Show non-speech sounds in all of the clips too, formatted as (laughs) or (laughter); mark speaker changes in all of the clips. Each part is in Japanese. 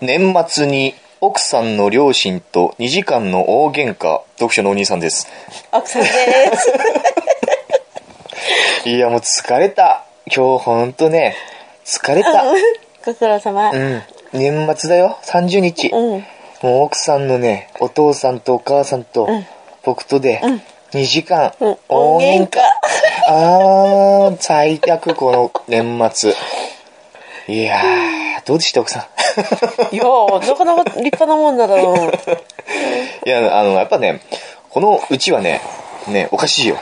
Speaker 1: 年末に奥さんの両親と2時間の大喧嘩読書のお兄さんです
Speaker 2: 奥さんです。
Speaker 1: いやもう疲れた今日ほんとね疲れたう
Speaker 2: (laughs) ご苦労様。
Speaker 1: ん年末だよ30日、
Speaker 2: うん。
Speaker 1: もう奥さんのねお父さんとお母さんと
Speaker 2: うん
Speaker 1: 僕とで
Speaker 2: うん
Speaker 1: 2時間
Speaker 2: うん
Speaker 1: 大
Speaker 2: 大
Speaker 1: 喧
Speaker 2: 喧
Speaker 1: 嘩
Speaker 2: 嘩
Speaker 1: あー最悪この年末いやーどうでした奥さん (laughs)
Speaker 2: いやー、なかなか立派なもんだな。
Speaker 1: いや、あの、やっぱね、このうちはね、ね、おかしいよ。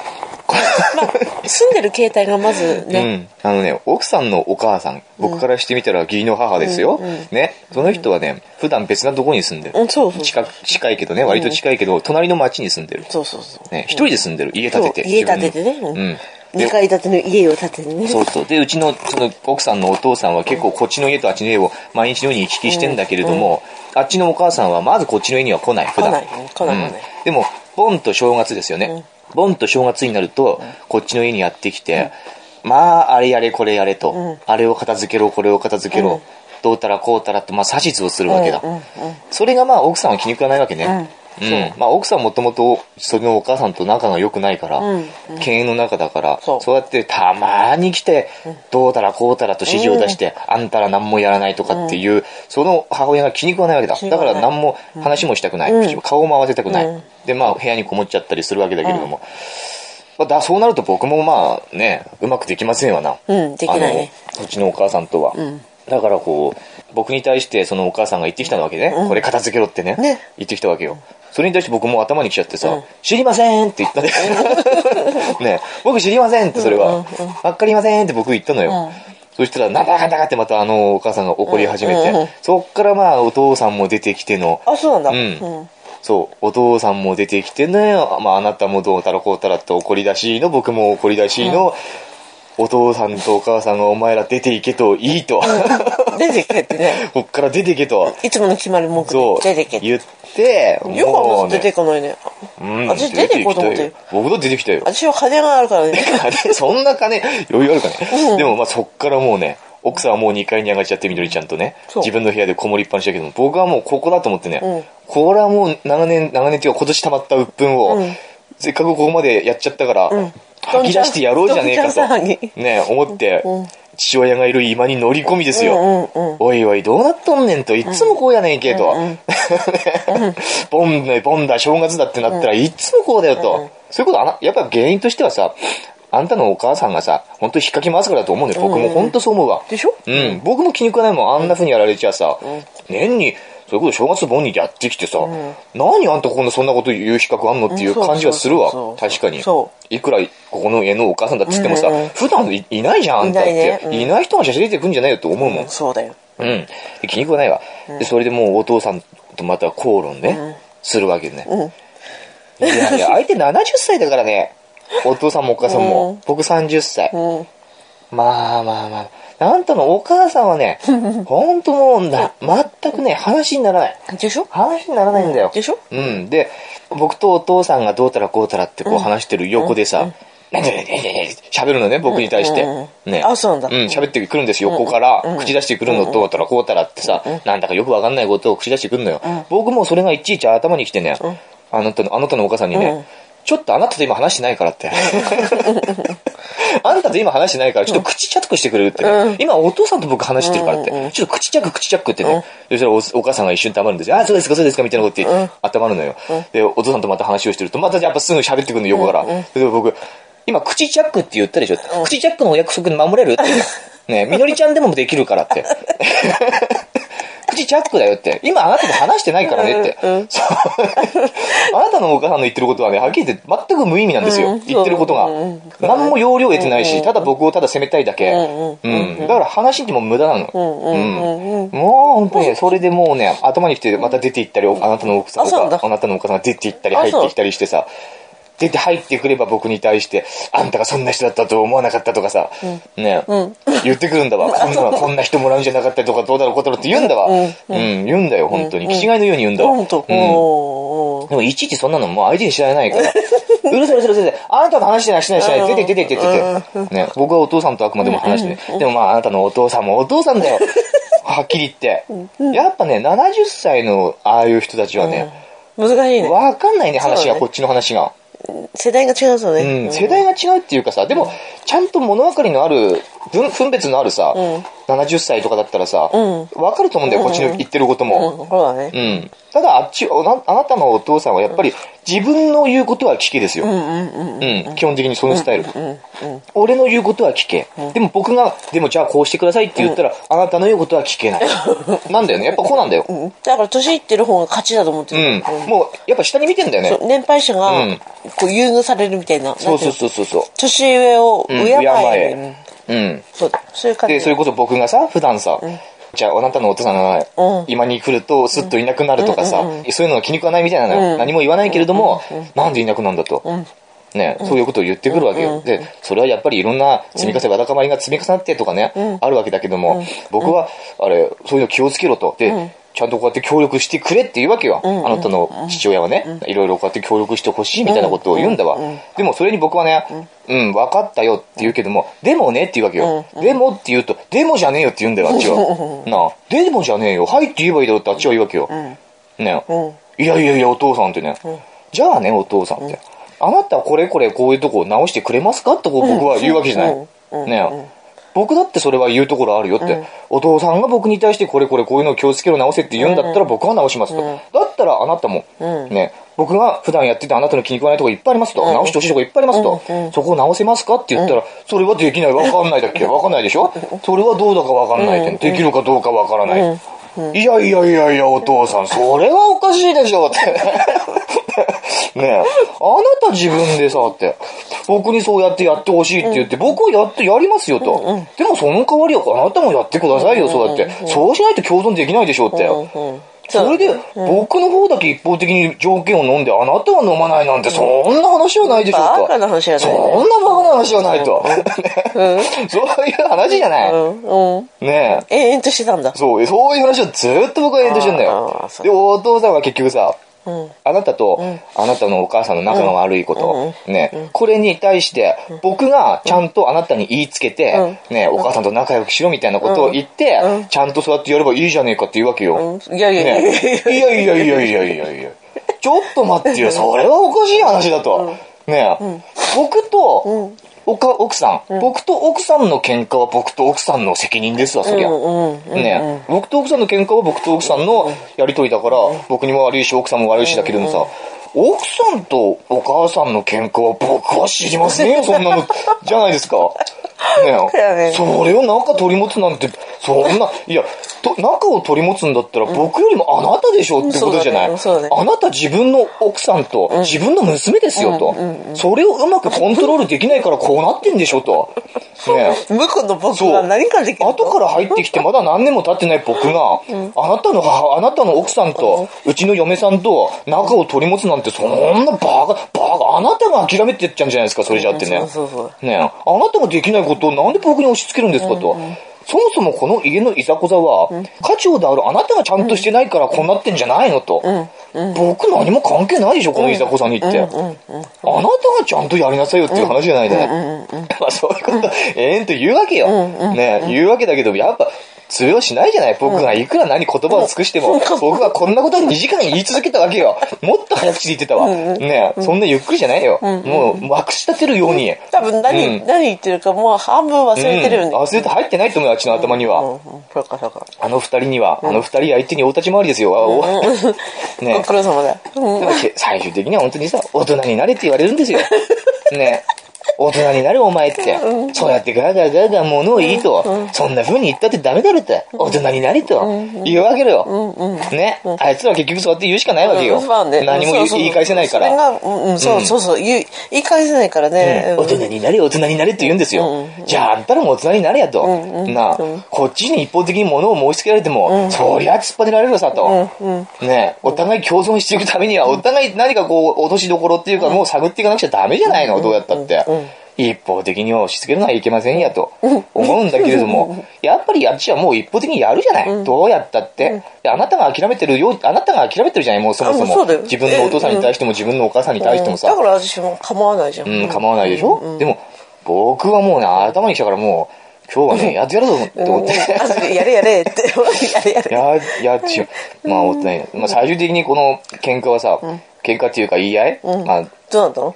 Speaker 2: 住んでる携帯がまずね。
Speaker 1: うん。あのね、奥さんのお母さん、僕からしてみたら義理の母ですよ。
Speaker 2: うんうん
Speaker 1: ね、その人はね、普段別なとこに住んで
Speaker 2: う
Speaker 1: る。
Speaker 2: ん、そうそう。
Speaker 1: 近く、近いけどね、割と近いけど、隣の町に住んでる。
Speaker 2: そうそうそう。
Speaker 1: ね、一人で住んでる。家建てて。
Speaker 2: そう家建ててね
Speaker 1: 自分のうん。で
Speaker 2: 二階建ての家を建ててね。
Speaker 1: そうそう。で、うちの、その、奥さんのお父さんは結構こっちの家とあっちの家を毎日のように行き来してんだけれども、あっちのお母さんはまずこっちの家には来ない、普段。
Speaker 2: 来ない来ない来ない
Speaker 1: うんでも、ボンと正月ですよね。ボンと正月になると、こっちの家にやってきて、まあ、あれやれこれやれと、
Speaker 2: ん
Speaker 1: あれを片付けろ、これを片付けろ、
Speaker 2: うん
Speaker 1: どうたらこうたらって、まあ、指図をするわけだ。
Speaker 2: うんうんうん
Speaker 1: それがまあ、奥さんは気に食わないわけね。
Speaker 2: うん
Speaker 1: うんまあ、奥さんもともとそのお母さんと仲が良くないから、
Speaker 2: うん
Speaker 1: 犬猿の中だから
Speaker 2: そう
Speaker 1: やってたまに来て、どうたらこうたらと指示を出して、あんたら何もやらないとかっていう、その母親が気に食わないわけだ
Speaker 2: 気に
Speaker 1: だ
Speaker 2: 食
Speaker 1: か
Speaker 2: わない
Speaker 1: ら何も話もしたくない、
Speaker 2: うん
Speaker 1: 顔も合わせたくない、
Speaker 2: うん
Speaker 1: でまあ部屋にこもっちゃったりするわけだけれども、まあだそうなると僕もまあねうまくできませんわな、
Speaker 2: うんできないね
Speaker 1: あのうちのお母さんとは、
Speaker 2: ん
Speaker 1: だからこう僕に対してそのお母さんが言ってきたわけね、これ片付けろってね
Speaker 2: ね
Speaker 1: 言ってきたわけよそれに対して僕も頭にきちゃってさ「
Speaker 2: うん
Speaker 1: 知りません」って言ったね (laughs) ね僕知りませんってそれは
Speaker 2: うん
Speaker 1: 「わ、かりません」って僕言ったのよ、
Speaker 2: うん
Speaker 1: そしたら「なんだかんだか」ってまたあのお母さんが怒り始めて、
Speaker 2: うんうんうん
Speaker 1: そっからまあお父さんも出てきての
Speaker 2: あ、そうなんだ。
Speaker 1: うんそうお父さんも出てきてね、まあ、あなたもどうたらこうたらって怒りだしの僕も怒りだしの、お父さんとお母さんがお前ら出ていけといいと、
Speaker 2: うん出てけってね。
Speaker 1: (laughs) こっから出ていけと
Speaker 2: いつもの決まり文句
Speaker 1: そう
Speaker 2: で出てけって。
Speaker 1: 言
Speaker 2: よ
Speaker 1: って
Speaker 2: くあんま出て
Speaker 1: き
Speaker 2: こないね。
Speaker 1: うん
Speaker 2: 私出てこうと思って
Speaker 1: 出きたよ僕だって出てきたよ
Speaker 2: 私は金があるからね。
Speaker 1: 金そんな金余裕あるかね、
Speaker 2: うん
Speaker 1: でもまあそっからもうね奥さんはもう2階に上がっちゃってみどりちゃんとね
Speaker 2: そう
Speaker 1: 自分の部屋でこもりっぱなしだけども僕はもうここだと思ってね、
Speaker 2: うん
Speaker 1: これはもう長年長年っていうか今年溜まった鬱憤を、
Speaker 2: うん
Speaker 1: せっかくここまでやっちゃったから、
Speaker 2: ん
Speaker 1: 吐き出してやろうじゃねえかと
Speaker 2: どんちゃん騒ぎ
Speaker 1: ね思って、
Speaker 2: うん
Speaker 1: 父親がいる今に乗り込みですよ、
Speaker 2: うんうんうん。
Speaker 1: おいおい、どうなっとんねんと、いっつもこうやねんけと。ね (laughs) ボンだ、ボンだ、正月だってなったらいっつもこうだよと。そういうことあな、やっぱ原因としてはさ、あんたのお母さんがさ、本当引っかき回すからだと思うんだよ。僕も本当そう思うわ。
Speaker 2: でしょ
Speaker 1: うん、僕も気に食わないもん。あんな風にやられちゃさ、年に、それこそ正月ボンにやってきてさ、何あんたこんなそんなこと言う資格あんのっていう感じはするわ
Speaker 2: うんそう。そうそう
Speaker 1: 確かに
Speaker 2: そ。
Speaker 1: いくらここの家のお母さんだっつってもさ
Speaker 2: うんうんうん、
Speaker 1: 普段いいないじゃん、あんたっ
Speaker 2: いないね
Speaker 1: て
Speaker 2: う。ん
Speaker 1: いない人がしゃ出てくんじゃないよと思うもん。
Speaker 2: そうだよ。
Speaker 1: うん。で気に食わないわ。で、それでもうお父さんとまた口論ね、するわけね。いやいや、相手70歳だからね。お父さんもお母さんも。
Speaker 2: うん
Speaker 1: 僕30歳。
Speaker 2: うん。
Speaker 1: まあまあまあ。あんたのお母さんは
Speaker 2: (laughs)
Speaker 1: ね、ほんともうな、全くね、話にならない。
Speaker 2: でしょ
Speaker 1: 話にならないんだよ。
Speaker 2: でしょ
Speaker 1: うん。で、僕とお父さんがどうたらこうたらってこう話してる横でさ、なんでなんでなんでなんで喋るのね、僕に対して
Speaker 2: うんうん。うん
Speaker 1: ね。
Speaker 2: あそうなんだ
Speaker 1: うん、喋ってくるんです、横から。口出してくるの、どうたらこうたらってさ、なんだかよくわかんないことを口出してくるのよ。僕もそれがいちいち頭にきてね、あなたの、あなたのお母さんに
Speaker 2: うん
Speaker 1: ね、ちょっとあなたと今話してないからって。あんたと今話してないから、ちょっと口チャックしてくれるってね、今お父さんと僕話してるからって。ちょっと口チャック、口チャックってね。そしたらおお母さんが一瞬黙るんですよ。あ、そうですか、そうですか、みたいなこと言って、頭るのよ、で、お父さんとまた話をしてると、またやっぱすぐ喋ってくるの、横から。で、僕、今、口チャックって言ったでしょ、口チャックのお約束守れ (laughs) るって。ね、みのりちゃんでもできるから (laughs) って。口チャックだよって。今あなたと話してないからねって。そうあなたのお母さんの言ってることはね、はっきり言って全く無意味なんですよ。
Speaker 2: うん
Speaker 1: 言ってることが
Speaker 2: そううん。
Speaker 1: 何も要領得てないし、ただ僕をただ責めたいだけ。
Speaker 2: う
Speaker 1: うん。だから話しても無駄なの。うんもう本当にね、それでもうね、頭に来てまた出て行ったり、おあなたの奥さん
Speaker 2: あそうなんだ
Speaker 1: あなたのお母さんが出て行ったり
Speaker 2: あ
Speaker 1: 入っ
Speaker 2: そう
Speaker 1: てきたりしてさ、出て入ってくれば僕に対して、あんたがそんな人だったとは思わなかったとかさ、ね、言ってくるんだ (laughs) わ。こんなのこんな人もらうんじゃなかったりとか、どうだろうことだろうって言うんだわ。
Speaker 2: うん
Speaker 1: うん、言うんだよ、本当に。気違いのように言うんだわ。
Speaker 2: ほんと。
Speaker 1: うん
Speaker 2: おーおー
Speaker 1: でも、いちいちそんなのもう相手に知られないから。うるせえうるせえうるせえうるせえ。あなたと話してない、してない、してない。出て出て出て出て。ね、僕はお父さんとあくまでも話してね。でもまあ、あなたのお父さんもお父さんだよ。はっきり言って。やっぱね、70歳のああいう人たちはね、
Speaker 2: 難しいね。
Speaker 1: わかんないね、話
Speaker 2: そう
Speaker 1: が、
Speaker 2: だね
Speaker 1: こっちの話が。
Speaker 2: 世代が違うと
Speaker 1: う
Speaker 2: ね。
Speaker 1: ん、世代が違うっていうかさ、でも、ちゃんと物分かりのある、分分別のあるさ、70歳とかだったらさ、
Speaker 2: うん
Speaker 1: わかると思うんだよ、こっちの言ってること
Speaker 2: うん、
Speaker 1: も。
Speaker 2: そうだ
Speaker 1: う
Speaker 2: ね。
Speaker 1: ん。ただ、あっち、おなあなたのお父さんはやっぱり自分の言うことは聞けですよ。
Speaker 2: うんうんうん
Speaker 1: うん。基本的にそのスタイル。
Speaker 2: うんうん。
Speaker 1: 俺の言うことは聞け。でも僕が、でもじゃあこうしてくださいって言ったら、あなたの言うことは聞
Speaker 2: (laughs)
Speaker 1: けない。なんだよね。やっぱこうなんだよ。
Speaker 2: うんだから年いってる方が勝ちだと思って
Speaker 1: う
Speaker 2: る。
Speaker 1: ん。もう、やっぱ下に見てんだよね
Speaker 2: そ。う年配者
Speaker 1: うん
Speaker 2: がこう優遇されるみたいな。
Speaker 1: そうそう
Speaker 2: う。
Speaker 1: そうそうそう。
Speaker 2: 年上を敬
Speaker 1: うん、
Speaker 2: える。
Speaker 1: 敬え
Speaker 2: うんそうだ。そういう
Speaker 1: う
Speaker 2: 感
Speaker 1: ん。
Speaker 2: じ。
Speaker 1: で、それこそ僕がさ、普段さ、じゃああなたのお父さんが
Speaker 2: うん
Speaker 1: 今に来るとスッといなくなるとかさ、そういうのが気に食わないみたいなのよ。何も言わないけれども、なんでいなくなるんだと。ね、そういうことを言ってくるわけよ。で、それはやっぱりいろんな積み重ね、わだかまりが積み重なってとかね、あるわけだけども、僕は、あれ、そういうの気をつけろと。で、ちゃんとこうやって協力してくれって言うわけよ。あなたの父親はね、いろいろこうやって協力してほしいみたいなことを言うんだわ。でもそれに僕はね、うん、分かったよって言うけども、でもねって言うわけよ。でもって言うと、でもじゃねえよって言うんだよ、あっちは。なあ、でもじゃねえよ、はいって言えばいいだろうってあっちは言うわけよ。ねいやいやいや、お父さんってね。じゃあね、お父さんって。あなたはこれこれこういうとこを直してくれますかってこう僕は言うわけじゃない。
Speaker 2: うんうんうん
Speaker 1: ね僕だってそれは言うところあるよって、お父さんが僕に対してこれこれこういうのを気をつけろ直せって言うんだったら僕は直しますと。だったらあなたも、ね、僕が普段やってたあなたの気に食わないとこいっぱいありますと。直してほしいとこいっぱいありますと。そこを直せますかって言ったら、それはできない。わかんないだっけわかんないでしょそれはどうだかわかんないって。できるかどうかわからない。いやいやいやいや、お父さん、それはおかしいでしょって。 (laughs) ねえ、あなた自分でさ、って、僕にそうやってやってほしいって言って、僕はやってやりますよと。でもその代わりは、あなたもやってくださいよ、そうやって。そうしないと共存できないでしょって。
Speaker 2: うんうん
Speaker 1: それで、僕の方だけ一方的に条件を飲んで、あなたは飲まないなんて、そんな話はないでしょ
Speaker 2: バカ
Speaker 1: と。
Speaker 2: な話じゃ
Speaker 1: そ
Speaker 2: ないね。
Speaker 1: んなバカな話はないと。 (laughs) そういう話じゃな
Speaker 2: う
Speaker 1: い。
Speaker 2: ん。うん。
Speaker 1: ねえ。
Speaker 2: 延々としてたんだ。
Speaker 1: そう、そういう話をずっと僕は延々してんだ
Speaker 2: あ
Speaker 1: よ
Speaker 2: ー。そう
Speaker 1: で、お父さんは結局さ、
Speaker 2: うん。
Speaker 1: あなたと、あなたのお母さんの仲が悪いこと、ね、これに対して、僕がちゃんとあなたに言いつけて、ね、お母さんと仲良くしろみたいなことを言って、ちゃんとそうやってやればいいじゃねえかって言うわけよ。
Speaker 2: うんいやいやいやいや
Speaker 1: ね、いやいやいやいやいやいやちょっと待ってよ、それはおかしい話だと。ねえ、僕と、おか奥さん、僕と奥さんの喧嘩は僕と奥さんの責任ですわ、そりゃ。
Speaker 2: うんうん。
Speaker 1: ね、僕と奥さんの喧嘩は僕と奥さんのやりとりだから、僕にも悪いし、奥さんも悪いしだけどもさ、奥さんとお母さんの喧嘩は僕は知りません
Speaker 2: (laughs)
Speaker 1: よ、そんなの、じゃないですか。ね
Speaker 2: だよね
Speaker 1: それを仲取り持つなんて、そんな、いや、と仲を取り持つんだったら僕よりもあなたでしょってことじゃない、
Speaker 2: うんそうだねそうだね
Speaker 1: あなた自分の奥さんと自分の娘ですよと、それをうまくコントロールできないからこうなってんでしょと。ね
Speaker 2: 向こうの僕
Speaker 1: そう
Speaker 2: が何かできるの
Speaker 1: 後から入ってきてまだ何年も経ってない僕が、あなたの母、あなたの奥さんと、うちの嫁さんと仲を取り持つなんてそんなバカ、バカ、あなたが諦めてっちゃうんじゃないですか、それじゃあってね。
Speaker 2: そうそうそう。
Speaker 1: ねえ、あなたができないことをなんで僕に押し付けるんですかと。そもそもこの家のいざこざは、家長であるあなたがちゃんとしてないからこうなってんじゃないのと。僕何も関係ないでしょ、このいざこざにって。あなたがちゃんとやりなさいよっていう話じゃないで。まあそういうこと、ええんと言うわけよ。ねえ言うわけだけど、やっぱ通用しないじゃない僕がいくら何言葉を尽くしても、僕はこんなことを2時間言い続けたわけよ。もっと早口で言ってたわ。ねえそんなゆっくりじゃないよ。もう、まくし立てるように。
Speaker 2: 多分何、
Speaker 1: う
Speaker 2: 何言ってるかもう半分忘れてるよね。
Speaker 1: うん、忘れて入ってないと思うよ、あっちの頭には。
Speaker 2: うん、うんそうかそうか。
Speaker 1: あの二人には、あの二人相手にお立ち回りですよ。あお
Speaker 2: ご
Speaker 1: ね
Speaker 2: 苦労様だよ。うん
Speaker 1: でもけ最終的には本当にさ、大人になれって言われるんですよ。ね大人になれお前って。そうやってガーガーガーガー物を言いと。そんな風に言ったってダメだろって。大人になれと。言うわけだよ。ねあいつら結局そうやって言うしかないわけよ。
Speaker 2: 不安で。
Speaker 1: 何も言
Speaker 2: そううそう
Speaker 1: 言い返せないから。
Speaker 2: それが、うんうん、そうそうそう。言い言い返せないからね。
Speaker 1: 大人になれ大人になれって言うんですよ、じゃああんたらも大人になれやと、なあ、こっちに一方的に物を申し付けられても、そりゃ突っ張ねられるさと、ねえお互い共存していくためにはお互い何かこう落としどころっていうか、もう探っていかなくちゃダメじゃないの、どうやったって、一方的に押し付けるのはいけませんやと思うんだけれども、やっぱりあっちはもう一方的にやるじゃない、どうやったって、であなたが諦めてるよあなたが諦めてるじゃないもうそもそ
Speaker 2: あもうそうだよ
Speaker 1: も自分のお父さんに対しても自分のお母さんに対してもさ、
Speaker 2: だから私も構わないじゃん。
Speaker 1: うん、構わないでしょ、でも、僕はもうね、頭に来たからもう、今日はね、やってやるぞって思って。
Speaker 2: うんマジでやれやれって。 (laughs) やれやれ。
Speaker 1: (laughs) やー、やっちゅう。まあ、思ってない。まあ、最終的にこの喧嘩はさ、喧嘩っていうか言い合い、
Speaker 2: うん
Speaker 1: まあ、
Speaker 2: どうなったの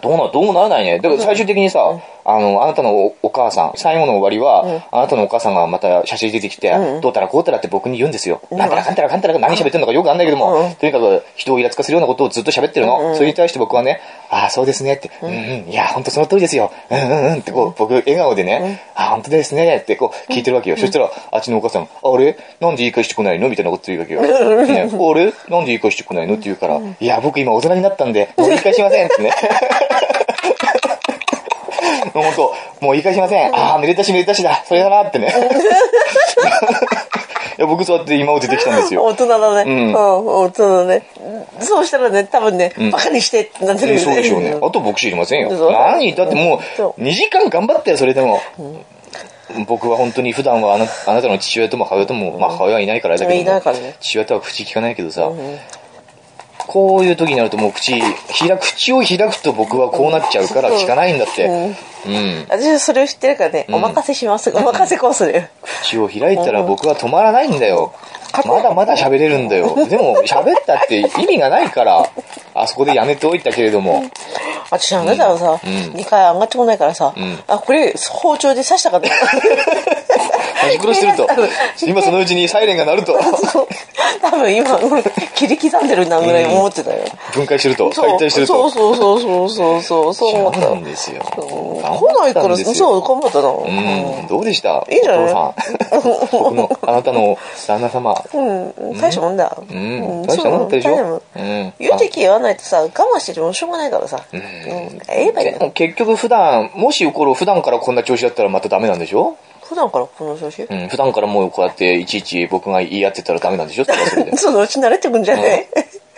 Speaker 1: どうな、どうもならないね。でも最終的にさ、あの、あなたのおお母さん、最後の終わりは、あなたのお母さんがまた写真出てきて、どうたらこうたらって僕に言うんですよ。なんたらかんたらかんたらか何喋ってるのかよくわかんないけども、とにかく人をイラつかせるようなことをずっと喋ってるの。それに対して僕はね、ああ、そうですねって、うんうん、いや、本当その通りですよ。うんうんうんってこう、僕、笑顔でね、ああ、本当ですねってこう、聞いてるわけよ。そしたら、あっちのお母さん、あれなんでいい返してこないのみたいなこと言うわけよ。ね、あれなんでいい返してこないのって言うから、いや、僕今大人になったんで、もう言い返しませんってね。もう本当、もう言い返しません。ああ、めでたしめでたしだ。それだなってね。 (laughs) いや僕そうやって今を出てきたんですよ。
Speaker 2: 大人だね。
Speaker 1: うん
Speaker 2: うん、大人だね。そうしたらね、多分ね、バカにしてってなって
Speaker 1: え
Speaker 2: るよ
Speaker 1: ー
Speaker 2: ね
Speaker 1: そうでしょうね。あと僕知りません
Speaker 2: そう
Speaker 1: よ。何だっても
Speaker 2: そう
Speaker 1: う、2時間頑張ったよ、それでも。僕は本当に普段はあなあなたの父親とも母親とも、まあ母親はいないからあれだ
Speaker 2: いな
Speaker 1: け
Speaker 2: いから
Speaker 1: ども
Speaker 2: ね、
Speaker 1: 父親とは口聞かないけどさ、こういう時になるともう口、開く、口を開くと僕はこうなっちゃうから聞かないんだって。うん。
Speaker 2: 私はそれを知ってるからね、お任せします。お任せこうするよ。
Speaker 1: 口を開いたら僕は止まらないんだよ。まだまだ喋れるんだよ。でも喋ったって意味がないから、あそこでやめておいたけれども。
Speaker 2: 私あなたはさ、
Speaker 1: うん
Speaker 2: 2回上がってこないからさ、
Speaker 1: ん
Speaker 2: あ、これ包丁で刺したかった。
Speaker 1: (laughs) 端殺してる
Speaker 2: (laughs)
Speaker 1: と、今そのうちにサイレンが鳴ると、
Speaker 2: 多分今、切り刻んでるなぐらい思ってたよ。
Speaker 1: 分解してると、
Speaker 2: (laughs) そう
Speaker 1: 解体してる
Speaker 2: そ
Speaker 1: と。
Speaker 2: うそうそうそうそうそう、そう思
Speaker 1: そう
Speaker 2: った。
Speaker 1: なんですよ。
Speaker 2: 来ないから、そう、頑張ったな。
Speaker 1: うん、どうでした
Speaker 2: いいんじゃない
Speaker 1: お
Speaker 2: (laughs)
Speaker 1: 父さん。僕の、あなたの旦那様。
Speaker 2: うん、大したもんだ。う
Speaker 1: うん、大したもんだったでし
Speaker 2: そう
Speaker 1: ょ
Speaker 2: 大。
Speaker 1: う
Speaker 2: したもん
Speaker 1: ん。
Speaker 2: 言うてき言わないとさ、我慢しててもしょうがないからさ。うん。言えばいい
Speaker 1: で
Speaker 2: んだよ。
Speaker 1: も結局普段、もしこれ普段からこんな調子だったらまたダメなんでしょ
Speaker 2: 普段からこの調子。
Speaker 1: うん、普段からもうこうやっていちいち僕が言い合ってたらダメなんでしょそれはそれで
Speaker 2: (laughs) そのうち慣れてくんじゃね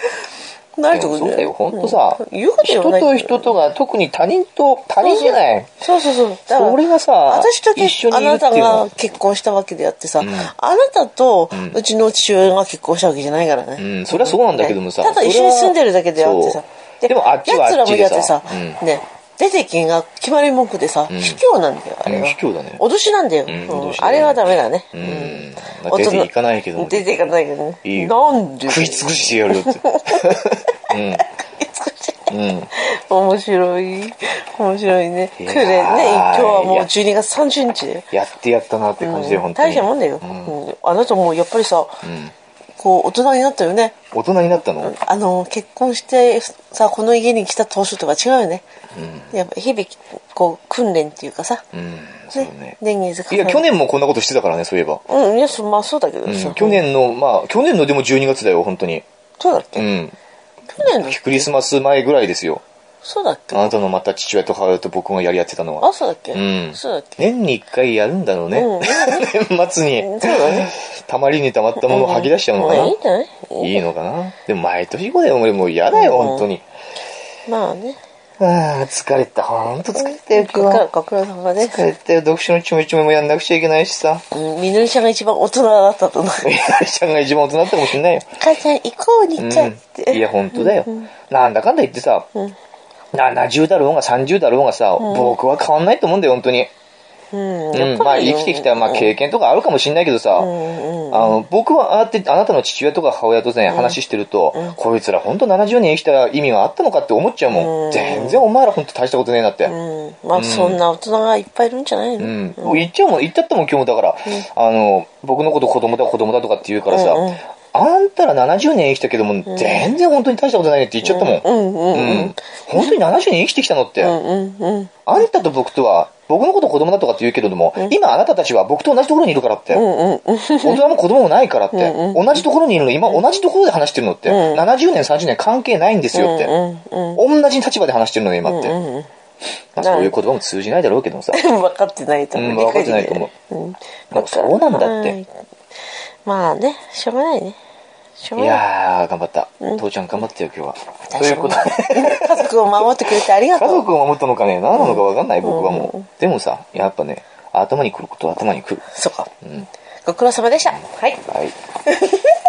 Speaker 2: (laughs) 慣れて
Speaker 1: でも
Speaker 2: くんじゃ
Speaker 1: そう
Speaker 2: ね
Speaker 1: だよ、ほんとさ、
Speaker 2: 言うこと言
Speaker 1: 人
Speaker 2: わない
Speaker 1: と人とが、特に他人と、他人じゃない。
Speaker 2: そうそうそう。だから
Speaker 1: 俺がさ、
Speaker 2: 私と
Speaker 1: 一緒
Speaker 2: け
Speaker 1: に
Speaker 2: あ
Speaker 1: いるって
Speaker 2: なた
Speaker 1: いうのは
Speaker 2: が結婚したわけであってさ、
Speaker 1: ん
Speaker 2: あなたとうちの父親が結婚したわけじゃないからね。
Speaker 1: うん、それはそうなんだけどもさ。
Speaker 2: ただ一緒に住んでるだけであって
Speaker 1: そ
Speaker 2: さ
Speaker 1: う。でもあっちは
Speaker 2: 奴
Speaker 1: あ
Speaker 2: ら
Speaker 1: っち
Speaker 2: も
Speaker 1: で
Speaker 2: やって
Speaker 1: さ
Speaker 2: さ、、ね、出てきんが決まり文句でさ、卑怯なんだよ、あれは。
Speaker 1: うん卑怯だね
Speaker 2: 脅しなんだよ。
Speaker 1: ん
Speaker 2: うん
Speaker 1: 脅しだね
Speaker 2: あれはダメだね。うんん大
Speaker 1: 出
Speaker 2: 人
Speaker 1: ていかないけども
Speaker 2: 出ていかないけどね。
Speaker 1: いいよ
Speaker 2: なんで
Speaker 1: 食い
Speaker 2: (laughs)
Speaker 1: 尽くしてやるよって。うん。
Speaker 2: 面白い。面白いね。
Speaker 1: いや
Speaker 2: く
Speaker 1: ー
Speaker 2: れね。今日はも
Speaker 1: いうや
Speaker 2: 12月30日で。
Speaker 1: やってやったなって感じで、
Speaker 2: うん
Speaker 1: 本当に。
Speaker 2: 大したもんだよ。うんあなたもやっぱりさ、こう、大人になったよね。
Speaker 1: 大人になったの
Speaker 2: あの、結婚してさ、この家に来た当初とは違うよね。やっぱ日々、こう、訓練っていうかさ、
Speaker 1: うん、そうね。
Speaker 2: 年月
Speaker 1: い
Speaker 2: 重
Speaker 1: や、
Speaker 2: ね
Speaker 1: 去年もこんなことしてたからね、そういえば。
Speaker 2: うん、いや、そまあそうだけどさ、
Speaker 1: うん去年の、まあ、去年のでも12月だよ、本当に。
Speaker 2: そうだっけ、
Speaker 1: うん。
Speaker 2: 去年の、
Speaker 1: クリスマス前ぐらいですよ。
Speaker 2: そうだっけ
Speaker 1: あなたのまた父親と母親と僕がやり合ってたのは。
Speaker 2: あ、そうだっけ、
Speaker 1: うん
Speaker 2: そうだっけ
Speaker 1: 年に一回やるんだろうね。
Speaker 2: うん
Speaker 1: 年末に。
Speaker 2: そうだね。
Speaker 1: たまりにたまったものを吐き出しちゃうの
Speaker 2: ま
Speaker 1: かな。
Speaker 2: あいいんじゃない
Speaker 1: いいのかな。でも毎年これ俺もう嫌だよ、本当に。
Speaker 2: まあね。
Speaker 1: ああ、疲れた。本当疲れたよ、
Speaker 2: ご
Speaker 1: 今日は。
Speaker 2: 苦ご苦労様で
Speaker 1: 疲
Speaker 2: す。
Speaker 1: れたよ、読書のちょめちょめもやんなくちゃいけないしさ。
Speaker 2: うん、みのりちゃんが一番大人だったと思う。
Speaker 1: みなりちゃんが一番大人だったかもしれないよ。
Speaker 2: 母ちゃん行こうに行っちゃって。
Speaker 1: うん、いや本当だよ、なんだかんだ言ってさ、70だろうが30だろうがさ、僕は変わんないと思うんだよ本当に、
Speaker 2: うん、
Speaker 1: うん
Speaker 2: やっ
Speaker 1: ま
Speaker 2: ぱ
Speaker 1: あ
Speaker 2: りね、
Speaker 1: 生きてきた、まあ、経験とかあるかもしれないけどさ、あの僕はああやってあなたの父親とか母親とね話してると、こいつら本当70年生きた意味があったのかって思っちゃうもん、全然お前ら本当大したことねえなって、
Speaker 2: うん、まあそんな大人がいっぱいいるんじゃないの、
Speaker 1: うん、言っちゃうもん言っちゃったもん今日もだから、あの僕のこと子供だ子供だとかって言うからさ、
Speaker 2: うんうん
Speaker 1: あんたら70年生きたけども、全然本当に大したことないねって言っちゃったもん、
Speaker 2: うん、うん、うん、
Speaker 1: うん本当に70年生きてきたのって、
Speaker 2: うん、うん、うん、
Speaker 1: あんたと僕とは僕のこと子供だとかって言うけれども、今あなたたちは僕と同じところにいるからって、
Speaker 2: うん、うん、
Speaker 1: 大人も子供もないからって、同じところにいるの今同じところで話してるのって、70年30年関係ないんですよって、同じ立場で話してるのよ今って、まあ、そういう言葉も通じないだろうけどもさ、
Speaker 2: 分かってないと思う。
Speaker 1: うん分かってないと思
Speaker 2: う。うん、
Speaker 1: でもそうなんだって、
Speaker 2: はいまあね、しょうがないね。しょう
Speaker 1: い
Speaker 2: がない。
Speaker 1: やー、頑張った。父ちゃん頑張ったよ、今日は。ということで、
Speaker 2: (laughs) 家族を守ってくれてありが
Speaker 1: 家
Speaker 2: とう。
Speaker 1: 族を守ったのかね、何なのか分かんない、僕はもう。でもさ、やっぱね、頭に来ることは頭に来る。
Speaker 2: そうか。ご苦労様でした。はい。
Speaker 1: はい。 (laughs)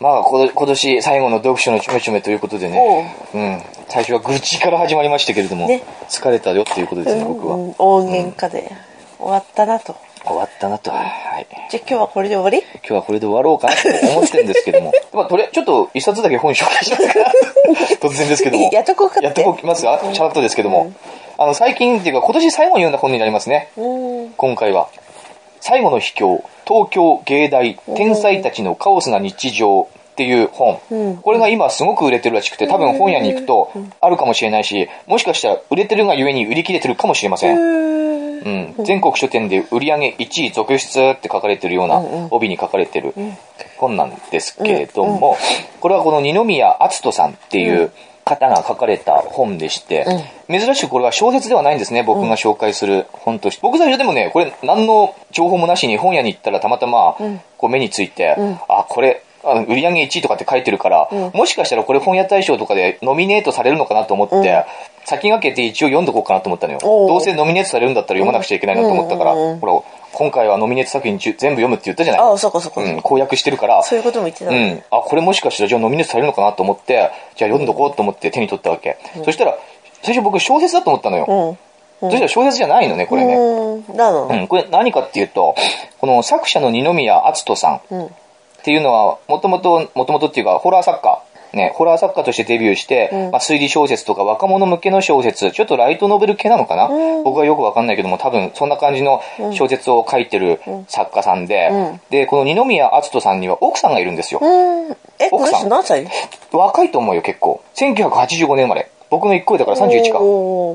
Speaker 1: まあ、こ今年最後の読書のちょめちょめということでね、うん、最初は愚痴から始まりましたけれども、
Speaker 2: ね
Speaker 1: 疲れたよっていうことですね、僕は。
Speaker 2: うん大喧嘩で。終わったなと。
Speaker 1: 終わったなと。はい。
Speaker 2: じゃあ今日はこれで終わり
Speaker 1: 今日はこれで終わろうかなと思ってるんですけども。 (laughs) まあ、とりあえず、ちょっと一冊だけ本紹介しますから。 (laughs) 突然ですけども。
Speaker 2: (laughs) やっとこうかって
Speaker 1: やっとこうますかちゃんとですけども。あの、最近っていうか、今年最後に読んだ本になりますね。
Speaker 2: うん。
Speaker 1: 今回は。最後の秘境、東京芸大、天才たちのカオスな日常っていう本。
Speaker 2: うん
Speaker 1: これが今すごく売れてるらしくて、多分本屋に行くとあるかもしれないし、もしかしたら売れてるがゆえに売り切れてるかもしれません。
Speaker 2: うん。
Speaker 1: うん、全国書店で売り上げ1位続出って書かれてるような帯に書かれてる本なんですけれども、これはこの二宮篤人さんっていう方が書かれた本でして、珍しくこれは小説ではないんですね、僕が紹介する本として。僕最初でもね、これ何の情報もなしに本屋に行ったらたまたまこう目について、あ、これ、あの売り上げ1位とかって書いてるから、もしかしたらこれ本屋大賞とかでノミネートされるのかなと思って、先駆けて一応読んどこうかなと思ったのよ。
Speaker 2: おー
Speaker 1: どうせノミネートされるんだったら読まなくちゃいけないなと思ったから、
Speaker 2: うんうんうんうん
Speaker 1: ほら、今回はノミネート作品中全部読むって言ったじゃない
Speaker 2: ああ、そこそこ。
Speaker 1: うん、公約してるから、
Speaker 2: そういうことも言ってた
Speaker 1: う
Speaker 2: の
Speaker 1: ん、あ、これもしかしたらじゃあノミネートされるのかなと思って、じゃあ読んどこうと思って手に取ったわけ。そしたら、最初僕小説だと思ったのよ。そしたら小説じゃないのね、これね。
Speaker 2: うん。うん。なの。
Speaker 1: うん、これ何かっていうと、この作者の二宮篤人さんっていうのは、もともと、もともとっていうか、ホラー作家。ね、ホラー作家としてデビューして、まあ、推理小説とか若者向けの小説、ちょっとライトノベル系なのかな、僕はよくわかんないけども、多分そんな感じの小説を書いてる作家さんで、で、この二宮篤人さんには奥さんがいるんですよ。
Speaker 2: うん。え、この
Speaker 1: 奥さ
Speaker 2: 人
Speaker 1: ん
Speaker 2: 何歳
Speaker 1: 若いと思うよ、結構。1985年生まれ。僕の1個上だから31か。
Speaker 2: お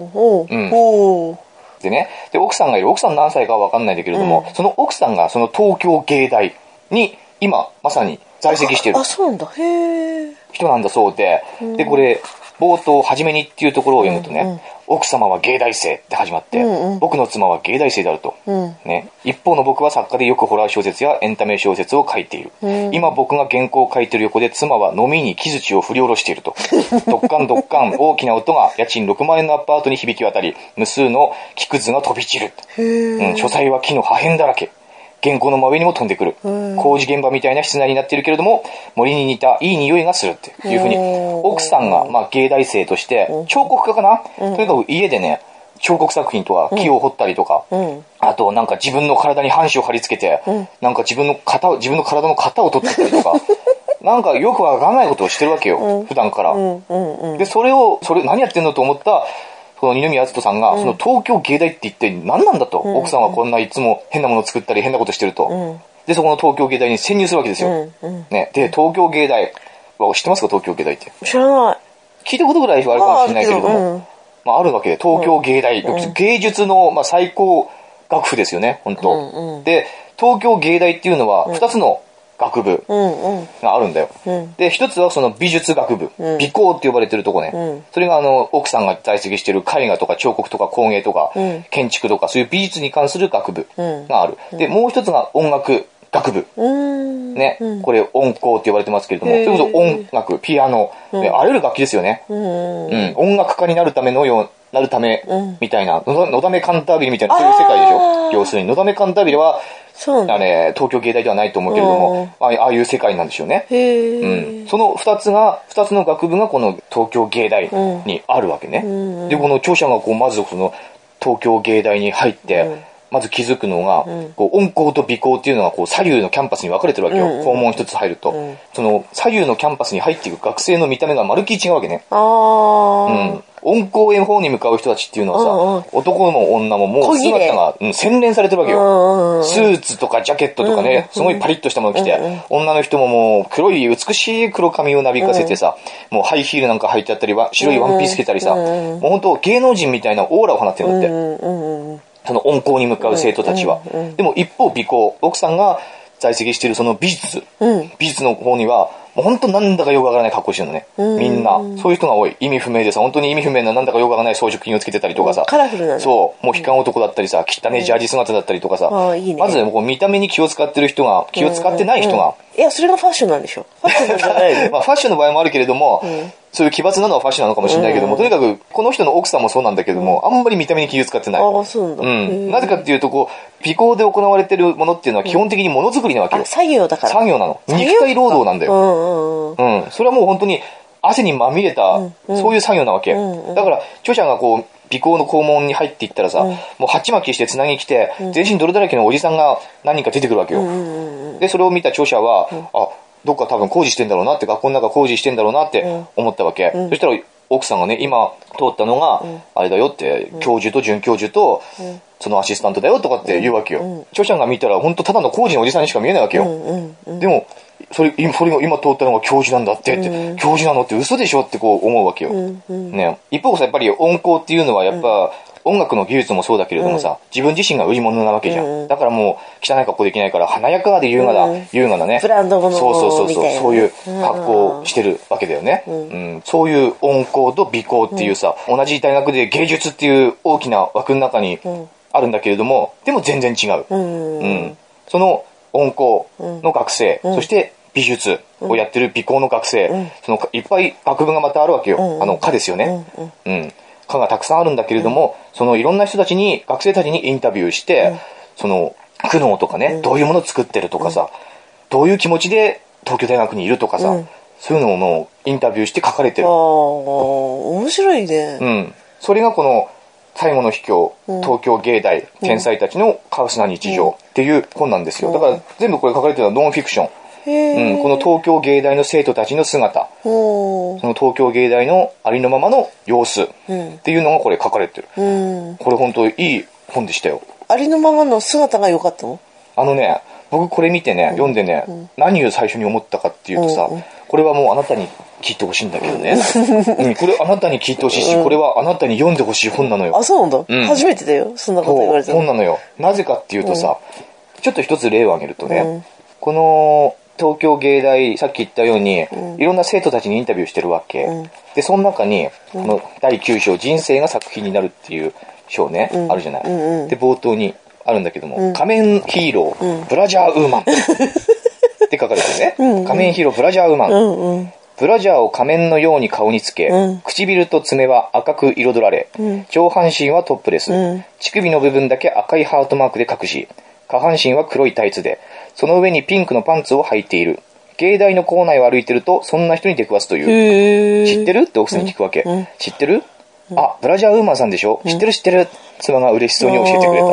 Speaker 2: ーおー
Speaker 1: うん
Speaker 2: おー
Speaker 1: でね、で、奥さんがいる、奥さん何歳かは分かんないんだけれども、その奥さんがその東京芸大に今、まさに在籍している
Speaker 2: あ、そうなんだ。へえ。
Speaker 1: 人なんだそうで、で、これ、冒頭、初めにっていうところを読むとね、奥様は芸大生って始まって、
Speaker 2: うんうん
Speaker 1: 僕の妻は芸大生であると、
Speaker 2: うん
Speaker 1: ね。一方の僕は作家でよくホラー小説やエンタメ小説を書いている。
Speaker 2: うん
Speaker 1: 今僕が原稿を書いてる横で妻は飲みに木槌を振り下ろしていると。 (laughs) ドッカンドッカン大きな音が家賃6万円のアパートに響き渡り、無数の木くずが飛び散る。
Speaker 2: へ
Speaker 1: うん、
Speaker 2: え。
Speaker 1: 書斎は木の破片だらけ。原稿の真上にも飛んでくる。工事現場みたいな室内になっているけれども、森に似たいい匂いがするっていうふうに、
Speaker 2: おー
Speaker 1: 奥さんが、まあ、芸大生として、彫刻家かな、とにかく家でね、彫刻作品とか木を彫ったりとか、
Speaker 2: ん
Speaker 1: あとなんか自分の体に半紙を貼り付けて、なんか自分の型を、自分の体の型を取ってたりと
Speaker 2: (laughs)
Speaker 1: か、なんかよくわかんないことをしてるわけよ、普段から。
Speaker 2: うんうんうん。
Speaker 1: で、それを、それ、何やってんのと思った、この二宮篤人さんが、その東京芸大って一体何なんだと、奥さんはこんないつも変なものを作ったり変なことしてると、で、そこの東京芸大に潜入するわけですよ。
Speaker 2: うんうん
Speaker 1: ね、で、東京芸大、わ知ってますか東京芸大って。
Speaker 2: 知らない。
Speaker 1: 聞いたことぐらいはあるかもしれないけれど
Speaker 2: ああるけど
Speaker 1: も、
Speaker 2: うん
Speaker 1: まあ、あるわけで、東京芸大、芸術の、まあ、最高学府ですよね、本当、
Speaker 2: うんう
Speaker 1: で、東京芸大っていうのは、二つの学部、
Speaker 2: うんうん。
Speaker 1: があるんだよ、
Speaker 2: ん
Speaker 1: で一つはその美術学部、美工って呼ばれてるとこね、
Speaker 2: ん
Speaker 1: それがあの奥さんが在籍してる絵画とか彫刻とか工芸とか、
Speaker 2: ん
Speaker 1: 建築とかそういう美術に関する学部
Speaker 2: うん
Speaker 1: がある、でもう一つが音楽学部
Speaker 2: うーん。
Speaker 1: ね、これ音工って呼ばれてますけれども、
Speaker 2: へー
Speaker 1: それこそ音楽ピアノ、ねあらゆる楽器ですよね、
Speaker 2: うん。
Speaker 1: うん音楽家になるためのようなるため
Speaker 2: うん
Speaker 1: みたいな、のだのだめカンタービレみたいなそういう世界でし
Speaker 2: あ
Speaker 1: ょ
Speaker 2: ー
Speaker 1: 要するにのだめカンタービレは
Speaker 2: そうな
Speaker 1: あ
Speaker 2: んだ。
Speaker 1: れ東京芸大ではないと思うけれども、あああいう世界なんでしょうね
Speaker 2: へ
Speaker 1: う
Speaker 2: え。
Speaker 1: ん、その2つが二つの学部がこの東京芸大にあるわけね、
Speaker 2: んうん
Speaker 1: でこの著者がこうまずその東京芸大に入って、まず気づくのが、こう音工と美工っていうのがこう左右のキャンパスに分かれてるわけよ、
Speaker 2: うんうん
Speaker 1: 校門一つ入ると、
Speaker 2: ん
Speaker 1: その左右のキャンパスに入っていく学生の見た目がまるっきり違うわけね、
Speaker 2: あ
Speaker 1: う
Speaker 2: あ。
Speaker 1: ん、音工へ方に向かう人たちっていうのはさ、
Speaker 2: うんうん
Speaker 1: 男も女ももう姿が、うん、洗練されてるわけ
Speaker 2: う
Speaker 1: よ、
Speaker 2: んうん。
Speaker 1: スーツとかジャケットとか
Speaker 2: うんうん
Speaker 1: ね、すごいパリッとしたもの着て、女の人ももう黒い美しい黒髪をなびかせてさ、もうハイヒールなんか履いてあったり、わ白いワンピース着てたりさ、
Speaker 2: うんうん
Speaker 1: もう本当芸能人みたいなオーラを放ってるんだっ
Speaker 2: う
Speaker 1: て、
Speaker 2: んうんうん。
Speaker 1: その温厚に向かう生徒たちは。でも一方美行、奥さんが在籍しているその美術、
Speaker 2: うん
Speaker 1: 美術の方には、もう本当なんだかよくわからない格好してるのね。みんな。そういう人が多い。意味不明でさ、本当に意味不明ななんだかよくわからない装飾品をつけてたりとかさ。
Speaker 2: カラフルなの
Speaker 1: そう。もう悲観男だったりさ、汚ねジャージ姿だったりとかさ。
Speaker 2: ああいいね
Speaker 1: まず、こう見た目に気を使ってる人が、気を使ってない人が。
Speaker 2: いや、それがファッションなんでしょ。ファッションなんじゃないの
Speaker 1: まあ、ファッションの場合もあるけれども、そういう奇抜なのはファッションなのかもしれないけども、とにかく、この人の奥さんもそうなんだけども、あんまり見た目に気を使ってない。
Speaker 2: (laughs) ああ、そうなんだ。
Speaker 1: うん。
Speaker 2: へえ
Speaker 1: なぜかっていうと、こう、美行で行われてるものっていうのは基本的にものづくりなわけよ
Speaker 2: あ、。作業だから。
Speaker 1: 作業なの。
Speaker 2: 作業
Speaker 1: 肉体労働なんだよ
Speaker 2: う。んうんうん。
Speaker 1: うん、それはもう本当に汗にまみれた、そういう作業なわけ。だから、長ちゃんがこう、尾行の肛門に入っていったらさ、もう鉢巻きしてつなぎきて、全身泥だらけのおじさんが何人か出てくるわけよ。で、それを見た著者は、あ、どっか多分工事してんだろうなって、学校の中工事してんだろうなって思ったわけ。そしたら、奥さんがね、今通ったのが、あれだよって、教授と准教授と、そのアシスタントだよとかって言うわけよ。著者が見たら、本当ただの工事のおじさんにしか見えないわけよ。でも、それ、今それが今通ったのが教授なんだってって、教授なのって嘘でしょってこう思うわけよ。ね。一方さ、やっぱり音効っていうのはやっぱ、音楽の技術もそうだけれどもさ、自分自身が売り物なわけじゃん。だからもう、汚い格好できないから、華やかで優雅だ、優雅なね。
Speaker 2: ブランド物
Speaker 1: そうそうそう
Speaker 2: み
Speaker 1: そ
Speaker 2: た
Speaker 1: う、
Speaker 2: いな
Speaker 1: そういう格好をしてるわけだよね。うん。そういう音効と美効っていうさ、同じ大学で芸術っていう大きな枠の中にあるんだけれども、でも全然違う。
Speaker 2: うん
Speaker 1: うん、その音工の学生、そして美術をやってる美工の学生、そのいっぱい学部がまたあるわけよ、あの科ですよね、うん科がたくさんあるんだけれども、そのいろんな人たちに学生たちにインタビューして、その苦悩とかね、どういうものを作ってるとかさ、どういう気持ちで東京大学にいるとかさ、
Speaker 2: うん
Speaker 1: そういうのをもうインタビューして書かれて
Speaker 2: ああ
Speaker 1: る、
Speaker 2: 面白いね、
Speaker 1: うん、それがこの最後の秘境、東京芸大天才たちのカオスな日常っていう本なんですよ。だから全部これ書かれてるのはノンフィクション。
Speaker 2: へえ、
Speaker 1: うん、この東京芸大の生徒たちの姿、
Speaker 2: おー
Speaker 1: その東京芸大のありのままの様子っていうのがこれ書かれてる。
Speaker 2: うん
Speaker 1: これ本当いい本でしたよ。
Speaker 2: ありのままの姿が良かったの
Speaker 1: あのね、僕これ見てね、読んでね、何を最初に思ったかっていうとさ、これはもうあなたに聞いてほしいんだけ (laughs) どね。うん、これあなたに聞いてほしいし、これはあなたに読んでほしい本なのよ。
Speaker 2: あそうなんだ、
Speaker 1: うん
Speaker 2: 初めてだよそんなこと言わ
Speaker 1: そう
Speaker 2: れたの
Speaker 1: そうなのよなぜかっていうとさ、ちょっと一つ例を挙げるとね、この東京芸大さっき言ったように、いろんな生徒たちにインタビューしてるわけ、でその中にこの第9章「人生が作品になる」っていう章ね、あるじゃない、
Speaker 2: んうん
Speaker 1: で冒頭にあるんだけども「仮面ヒーロー、ブラジャーウーマン」って書かれてる
Speaker 2: (laughs)
Speaker 1: ね仮面ヒーローブラジャーウーマン」
Speaker 2: うんうん
Speaker 1: ブラジャーを仮面のように顔につけ、
Speaker 2: うん
Speaker 1: 唇と爪は赤く彩られ、上半身はトップレス、
Speaker 2: うん
Speaker 1: 乳首の部分だけ赤いハートマークで隠し、下半身は黒いタイツで、その上にピンクのパンツを履いている。芸大の校内を歩いてると、そんな人に出くわすという。
Speaker 2: へえ
Speaker 1: 知ってるって奥さんに聞くわけ。知ってるあ、ブラジャーウーマンさんでしょ知ってる知ってる妻が嬉しそうに教えてくれた。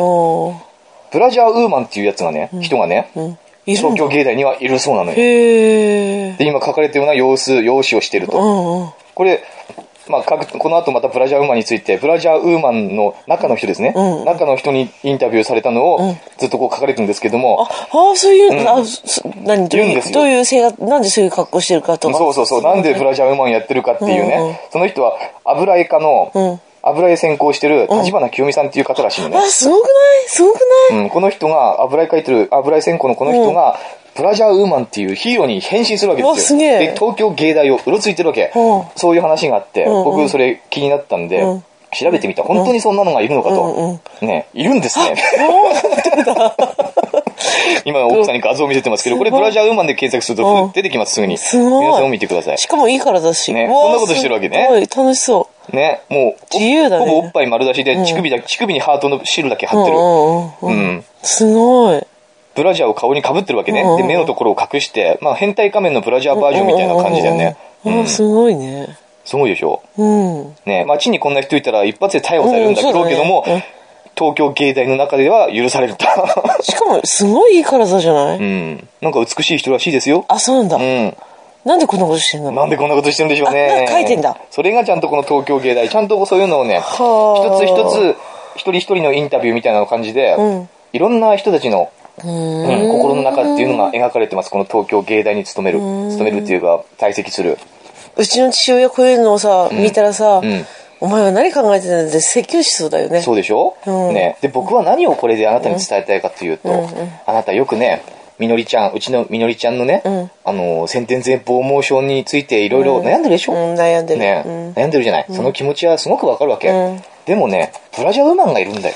Speaker 1: ブラジャーウーマンっていうやつがね、人がね、
Speaker 2: いるん
Speaker 1: 東
Speaker 2: だ
Speaker 1: 京芸大にはいるそうなのよ。
Speaker 2: へえ
Speaker 1: で、今書かれてるような様子、容姿をしてると
Speaker 2: う。んうん
Speaker 1: これ、まあ、各この後またブラジャーウーマンについて、ブラジャーウーマンの中の人ですね、
Speaker 2: うん
Speaker 1: 中の人にインタビューされたのをずっとこう書かれてるんですけども、
Speaker 2: ああそういう、あそ何どう
Speaker 1: 言うん
Speaker 2: い
Speaker 1: です
Speaker 2: う
Speaker 1: よ
Speaker 2: どういう性格なんでそういう格好してるかとか
Speaker 1: そうそうそう、なんでブラジャーウーマンやってるかっていうね、
Speaker 2: うんうん
Speaker 1: その人は油絵家
Speaker 2: うん
Speaker 1: の、油絵専攻してる立花清美さんっていう方らしいのね
Speaker 2: あ。すごくないすごくな
Speaker 1: う
Speaker 2: い、
Speaker 1: ん、この人が、油絵描いてる、油絵専攻のこの人が、ブラジャーウーマンっていうヒーローに変身するわけで
Speaker 2: うわ
Speaker 1: す
Speaker 2: す
Speaker 1: よ。
Speaker 2: げえ
Speaker 1: で、東京芸大をうろついてるわけ
Speaker 2: うん。
Speaker 1: そういう話があって、
Speaker 2: んうん
Speaker 1: 僕それ気になったんで、
Speaker 2: うん
Speaker 1: 調べてみた。本当にそんなのがいるのかと。ね、いるんですね。 (laughs) 今奥さんに画像を見せてますけど、これブラジャーウーマンで検索する
Speaker 2: う
Speaker 1: と
Speaker 2: ん
Speaker 1: 出てきます、すぐに。
Speaker 2: すごい
Speaker 1: 皆さんも見てください
Speaker 2: し。かもいいからだし、
Speaker 1: ね
Speaker 2: うわ
Speaker 1: こんなことしてるわけね
Speaker 2: すごい楽しそ
Speaker 1: ね、もう、お
Speaker 2: 自由だね
Speaker 1: ほぼおっぱい丸出しで、乳首だ、乳首にハートの汁だけ
Speaker 2: う、
Speaker 1: 貼ってる。
Speaker 2: うんうんうん
Speaker 1: うん
Speaker 2: すごい
Speaker 1: ブラジャーを顔にかぶってるわけね。
Speaker 2: うんうんう
Speaker 1: で、
Speaker 2: ん
Speaker 1: 目のところを隠して、まあ、変態仮面のブラジャーバージョンみたいな感じだよね。
Speaker 2: うんうんうんうんあすごいね
Speaker 1: すごいでしょ。
Speaker 2: うん
Speaker 1: ね、街にこんな人いたら一発で逮捕されるんだろうけども
Speaker 2: うんそうだね、
Speaker 1: 東京芸大の中では許され
Speaker 2: (laughs)
Speaker 1: ると。
Speaker 2: しかもすごいいい体じゃない、
Speaker 1: うん。なんか美しい人らしいですよ。
Speaker 2: あそうなんだ、
Speaker 1: うん。
Speaker 2: なんでこんなことしてんの
Speaker 1: なんでこんなことしてるんでしょう
Speaker 2: あなん
Speaker 1: ね。
Speaker 2: か書いてんだ。
Speaker 1: それがちゃんとこの東京芸大、ちゃんとそういうのをね、
Speaker 2: はあ
Speaker 1: 一つ一つ、一人一人のインタビューみたいな感じで、
Speaker 2: ん
Speaker 1: いろんな人たちの
Speaker 2: うーん
Speaker 1: うん、心の中っていうのが描かれてます。この東京芸大に勤める。勤めるっていうか、在籍する。
Speaker 2: うちの父親こういうのをさ、見たらさ、
Speaker 1: ん
Speaker 2: お前は何考えてたんだって説教しそうだよね。
Speaker 1: そうでしょ、
Speaker 2: うん
Speaker 1: ね。で、僕は何をこれであなたに伝えたいかというと、あなたよくね、みのりちゃん、うちのみのりちゃんのね、
Speaker 2: ん
Speaker 1: あの、先天性防毛症についていろいろ悩んでるでしょ、
Speaker 2: うん悩んでる。
Speaker 1: ね、悩んでるじゃない、その気持ちはすごくわかるわけ、
Speaker 2: うん
Speaker 1: でもね、ブラジャーウーマンがいるん
Speaker 2: (laughs)
Speaker 1: だよ。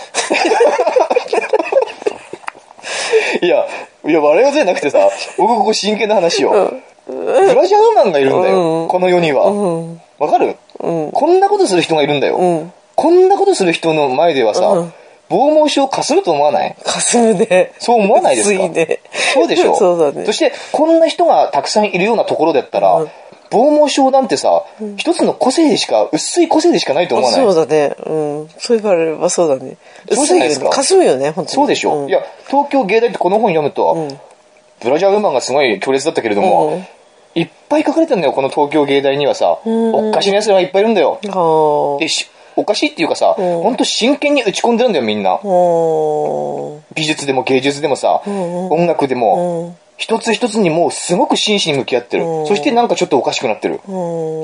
Speaker 1: いや、いや、笑い事じゃなくてさ、僕ここ真剣な話よ。ブラジャーウーマンがいるんだよ、
Speaker 2: うん
Speaker 1: この世には。わ、
Speaker 2: ん
Speaker 1: かる、
Speaker 2: ん
Speaker 1: こんなことする人がいるんだよ。
Speaker 2: うん
Speaker 1: こんなことする人の前ではさ、
Speaker 2: うん
Speaker 1: 防毛症かすると思わない
Speaker 2: かすむね。
Speaker 1: そう思わないですか
Speaker 2: ついね。
Speaker 1: そうでしょ
Speaker 2: (laughs) そうだね
Speaker 1: そして、こんな人がたくさんいるようなところだったら、
Speaker 2: うん
Speaker 1: 防毛症なんてさ、一つの個性でしか、薄い個性でしかないと思わない
Speaker 2: そうだね。うん。そう言われればそうだね。
Speaker 1: そうじゃないですか
Speaker 2: 霞むよね、本当に。
Speaker 1: そうでしょ、
Speaker 2: ん
Speaker 1: いや、東京芸大ってこの本読むと、ブラジャーウーマンがすごい強烈だったけれども、
Speaker 2: うん
Speaker 1: いっぱい書かれてんだよ、この東京芸大にはさ。おっかしな奴らがいっぱいいるんだよ。
Speaker 2: ああ。
Speaker 1: でしおかしいっていうかさ、
Speaker 2: ん
Speaker 1: ほんと真剣に打ち込んでるんだよ、みんな。
Speaker 2: おー
Speaker 1: 美術でも芸術でもさ、音楽でも、
Speaker 2: うん
Speaker 1: 一つ一つにもうすごく真摯に向き合ってる。
Speaker 2: うん
Speaker 1: そしてなんかちょっとおかしくなってる。
Speaker 2: う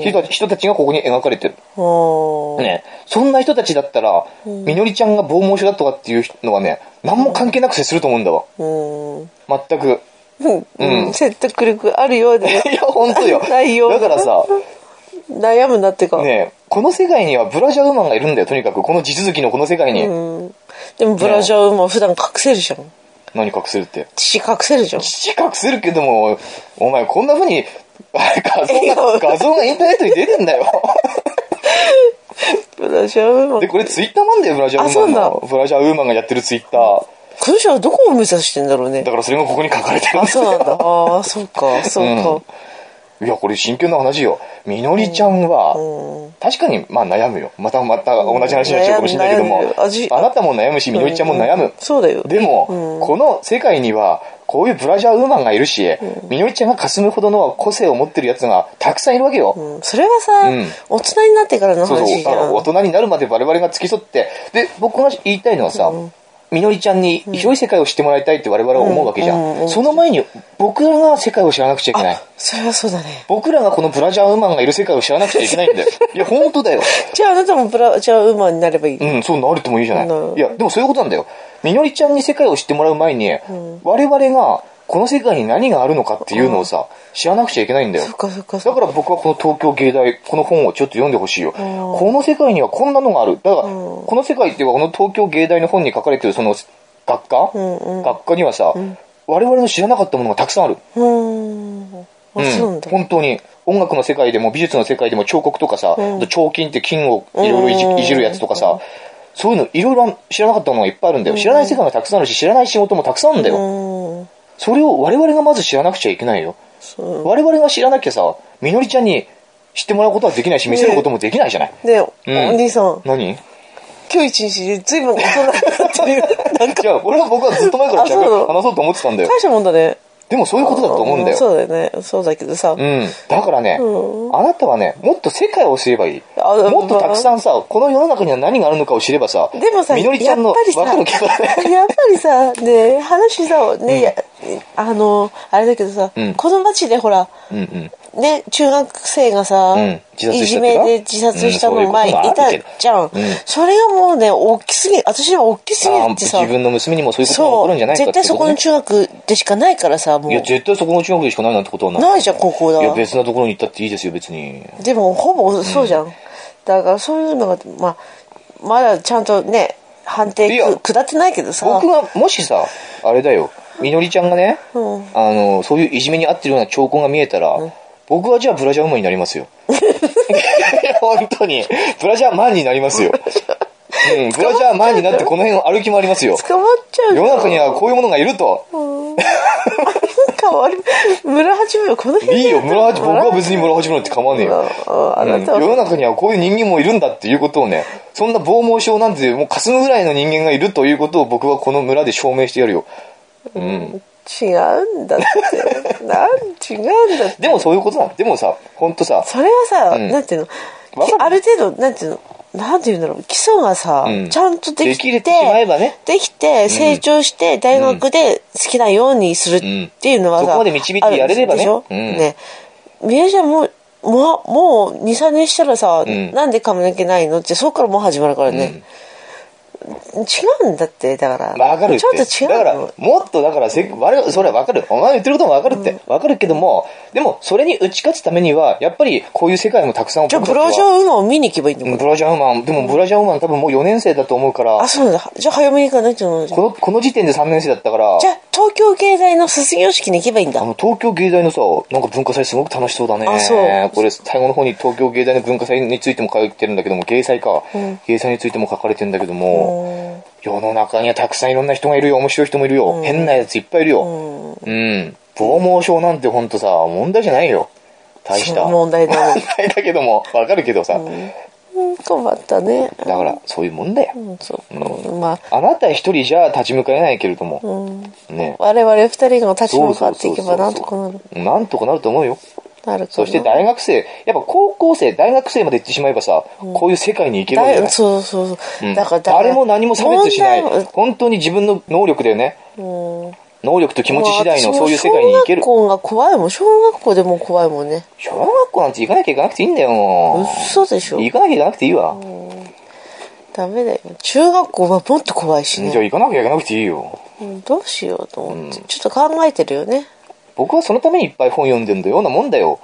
Speaker 2: ん。
Speaker 1: 人た人たちがここに描かれてる。
Speaker 2: おー
Speaker 1: ね、そんな人たちだったら、みのりちゃんが防毛症だとかっていうのはね、何も関係なく接すると思うんだわ。
Speaker 2: うん。
Speaker 1: 全く。
Speaker 2: うん。説得力あるようで、
Speaker 1: いや、本当よ。
Speaker 2: ないよ
Speaker 1: だから
Speaker 2: (laughs)
Speaker 1: さ、
Speaker 2: 悩むなっていうか。
Speaker 1: ねこの世界にはブラジャーウーマンがいるんだよ、とにかく。この地続きのこの世界に。
Speaker 2: うん。でもブラジャーも普段隠せるじゃん。
Speaker 1: 何隠せるって。
Speaker 2: 血隠せるじゃん。
Speaker 1: 父隠せるけども、お前こんな風に、あれ画像
Speaker 2: いや
Speaker 1: が、画像がインターネットに出てんだ
Speaker 2: (laughs)
Speaker 1: よ。
Speaker 2: ブラジャーも
Speaker 1: で、。これツイッターなんだよ、ブラジャーウーマン
Speaker 2: あそう
Speaker 1: の。ブラジャーウーマンがやってるツイッター。
Speaker 2: この人はどこを目指してんだろうね
Speaker 1: だ。からそれがここに書かれてるん
Speaker 2: あ、
Speaker 1: です
Speaker 2: そう
Speaker 1: よ
Speaker 2: なんだ。ああ、そうか、そうか。
Speaker 1: いや、これ真剣な話よ。みのりちゃんは、確かに、まあ悩むよ。またまた同じ話になっちゃうかもしれないけども、
Speaker 2: うん悩む悩む味
Speaker 1: あなたも悩むし、みのりちゃんも悩む。
Speaker 2: うんそうだよ。
Speaker 1: でも、この世界には、こういうブラジャーウーマンがいるし、みのりちゃんが霞むほどの個性を持ってる奴がたくさんいるわけよ。
Speaker 2: うんそれはさ
Speaker 1: うん、
Speaker 2: 大人になってからの
Speaker 1: そうそ
Speaker 2: 話
Speaker 1: う。
Speaker 2: じ
Speaker 1: だから
Speaker 2: ゃん。
Speaker 1: 大人になるまで我々が付き添って、で、僕が言いたいのはさ、みのりちゃんに広い世界を知ってもらいたいって我々は思うわけじゃ
Speaker 2: うんうんうん
Speaker 1: ん。その前に僕らが世界を知らなくちゃいけない
Speaker 2: あ。、それはそうだね。
Speaker 1: 僕らがこのブラジャーウーマンがいる世界を知らなくちゃいけないんだよ。いや、本当だよ。
Speaker 2: じゃああなたもブラジャーウーマンになればいい。
Speaker 1: うん、そうなるともいいじゃない。
Speaker 2: なる
Speaker 1: いや、でもそういうことなんだよ。みのりちゃんに世界を知ってもらう前に、我々がこの世界に何があるのかっていうのをさ、知らなくちゃいけないんだよ
Speaker 2: そ。っかそっかそ
Speaker 1: だ
Speaker 2: っ
Speaker 1: から僕はこの東京芸大、この本をちょっと読んでほしいよ。この世界にはこんなのがある。だから、この世界っていうか、この東京芸大の本に書かれてるその学科、
Speaker 2: んうん
Speaker 1: 学科にはさ、我々の知らなかったものがたくさんある。
Speaker 2: うーん。あ、そうなんだ。
Speaker 1: 本当に音楽の世界でも美術の世界でも彫刻とかさ、あと彫金って金をいろいろいじ,、
Speaker 2: うん
Speaker 1: いじるやつとかさ、そういうのいろいろ知らなかったものがいっぱいあるんだよ。知らない世界がたくさんあるし、知らない仕事もたくさんあるんだ
Speaker 2: う
Speaker 1: よ。
Speaker 2: ーん。
Speaker 1: それを我々がまず知らなくちゃいけないよ。
Speaker 2: そう。
Speaker 1: 我々が知らなきゃさ、みのりちゃんに知ってもらうことはできないし、見せることもできないじゃない。
Speaker 2: ねえ、お
Speaker 1: うん
Speaker 2: 兄さん、
Speaker 1: 何
Speaker 2: 今日一日で随分大人になって
Speaker 1: (laughs)
Speaker 2: るよ。なんか、
Speaker 1: じゃあ、俺は僕はずっと前から
Speaker 2: あそう
Speaker 1: 逆
Speaker 2: なの
Speaker 1: に話そうと思ってたんだよ。
Speaker 2: 大したもんだね。
Speaker 1: でもそういうことだと思うんだよ。
Speaker 2: そうだよね。そうだけどさ。
Speaker 1: うん。だからね、
Speaker 2: う
Speaker 1: あなたはね、もっと世界を知ればいい。
Speaker 2: あ
Speaker 1: もっとたくさ
Speaker 2: ん。
Speaker 1: んさ、この世の中には何があるのかを知ればさ、
Speaker 2: でもさ、
Speaker 1: みのりちゃんの
Speaker 2: やっぱりさ、
Speaker 1: わかるけどね。
Speaker 2: やっぱりさ、ね話さ、ね、やあの、あれだけどさ、
Speaker 1: うん
Speaker 2: この街でほら、
Speaker 1: うんうん。
Speaker 2: ね、中学生がさ、
Speaker 1: うん自殺
Speaker 2: い
Speaker 1: した
Speaker 2: じ
Speaker 1: っていう
Speaker 2: め
Speaker 1: か
Speaker 2: で自殺した
Speaker 1: うんそういうこと
Speaker 2: の前い
Speaker 1: もある
Speaker 2: た
Speaker 1: けど
Speaker 2: じゃん
Speaker 1: うん。
Speaker 2: それがもうね、大きすぎ、私には大きすぎ
Speaker 1: あ
Speaker 2: る
Speaker 1: ー
Speaker 2: ってさ
Speaker 1: 自、分の娘にもそういうことが起こ
Speaker 2: そ
Speaker 1: るんじゃな
Speaker 2: う、
Speaker 1: いかって
Speaker 2: 絶
Speaker 1: こと、ね
Speaker 2: 対、そこの中学でしかないからさ、も
Speaker 1: いや、
Speaker 2: う、
Speaker 1: 絶対そこの中学でしかないなんてことはない。
Speaker 2: ないじゃん、高校だ
Speaker 1: いや、別なところに行ったっていいですよ、別に。
Speaker 2: でもほぼそうじゃん、だからそういうのが、まあ、まだちゃんとね判定
Speaker 1: いや
Speaker 2: く下ってないけどさ
Speaker 1: 僕がもしさあれだよみのりちゃんがね、
Speaker 2: うん
Speaker 1: あのそういういじめに遭ってるような兆候が見えたら、僕はじゃあブラジャーウーマンになりますよいや本当にブラジャーマンになりますよ、うん、ブラジャーマンになってこの辺を歩き回りますよ
Speaker 2: 捕まっちゃ
Speaker 1: 世
Speaker 2: うよ
Speaker 1: の中にはこういうものがいると
Speaker 2: 変わる村八分この辺
Speaker 1: いいよ
Speaker 2: で
Speaker 1: 村八僕は別に村八村って構わねえよ
Speaker 2: ああ
Speaker 1: うん
Speaker 2: なた
Speaker 1: 世
Speaker 2: は、
Speaker 1: の中にはこういう人間もいるんだっていうことをねそんな防毛症なんてもうかすむぐらいの人間がいるということを僕はこの村で証明してやるよ
Speaker 2: 違うん
Speaker 1: (laughs)
Speaker 2: だってなん違うんだって
Speaker 1: でもそういうことなのでもさ本当さ
Speaker 2: それはさ、
Speaker 1: ん
Speaker 2: なんていうの
Speaker 1: わかる
Speaker 2: ある程度なんていうのなんていうんだろう基礎がさ、
Speaker 1: うん
Speaker 2: ちゃんとできて
Speaker 1: できてしまえばね
Speaker 2: できて成長して大学で好きなようにするっていうのはさ、
Speaker 1: うんそこまで導いてやれればね
Speaker 2: あるでしょ、
Speaker 1: うん
Speaker 2: ねみやちゃんもうもうもう23年したらさ、
Speaker 1: ん
Speaker 2: なんで髪の毛ないのってそこからもう始まるからね、違うんだってだから、
Speaker 1: わかるって。
Speaker 2: ちょっと違う
Speaker 1: だか
Speaker 2: の
Speaker 1: ら、もっとだからせ、われそれはわかる。お前の言ってることもわかるって。わ、かるけども、でも、それに打ち勝つためには、やっぱり、こういう世界もたくさん起
Speaker 2: じゃあ
Speaker 1: こ
Speaker 2: ブ
Speaker 1: る
Speaker 2: ラジャ
Speaker 1: ー
Speaker 2: ーウーマンを見に行けばいいのかな、
Speaker 1: ブラジャーウーマン、でもブラジャーウーマン多分もう4年生だと思うから
Speaker 2: あ、そうなんだじゃあ早めに行かないと思うじゃん
Speaker 1: この、この時点で3年生だったから、
Speaker 2: じゃあ東京経済の卒業式に行けばいいんだ
Speaker 1: あの、東京芸大のさ、なんか文化祭すごく楽しそうだね。
Speaker 2: あそう
Speaker 1: これ、最後の方に東京芸大の文化祭についても書いてるんだけども、芸祭か。芸祭についても書かれてるんだけども、世の中にはたくさんいろんな人がいるよ。面白い人もいるよ。変なやついっぱいいるよ。うん。防毛症なんてほんとさ、問題じゃないよ。大した
Speaker 2: その問題だもん
Speaker 1: 題だけども、わかるけどさ、
Speaker 2: うん困ったね
Speaker 1: だから、そういうもんだよ。
Speaker 2: うんそっかまあ
Speaker 1: あなた一人じゃ立ち向かえないけれども、ね。
Speaker 2: 我々二人が立ち
Speaker 1: そう
Speaker 2: 向
Speaker 1: そ
Speaker 2: か
Speaker 1: う
Speaker 2: って
Speaker 1: そう
Speaker 2: いけ
Speaker 1: そ
Speaker 2: ば
Speaker 1: う
Speaker 2: なんとかなる
Speaker 1: なんとかなると思うよ。
Speaker 2: なるかな
Speaker 1: そして大学生、やっぱ高校生、大学生まで行ってしまえばさ、こういう世界に行けるんじゃな
Speaker 2: だ
Speaker 1: い
Speaker 2: そうそうそう、
Speaker 1: うん
Speaker 2: だから
Speaker 1: 誰も何も差別しない
Speaker 2: 問題は。
Speaker 1: 本当に自分の能力だよね。
Speaker 2: うん
Speaker 1: 能力と気持ち次第
Speaker 2: ま
Speaker 1: の
Speaker 2: あ私も
Speaker 1: そういう世界に行ける。
Speaker 2: 小学校が怖いもん小学校でも怖いもんね
Speaker 1: 小学校なんて行かなきゃいかなくていいんだよ。
Speaker 2: 嘘でしょ
Speaker 1: 行かなきゃいかなくていいわ。
Speaker 2: ダメだよ中学校はもっと怖いし
Speaker 1: じゃあ
Speaker 2: ね
Speaker 1: 行かなきゃいかなくていいよ。
Speaker 2: うんどうしようと思って、ちょっと考えてるよね
Speaker 1: 僕はそのためにいっぱい本読んでるようなもんだよ。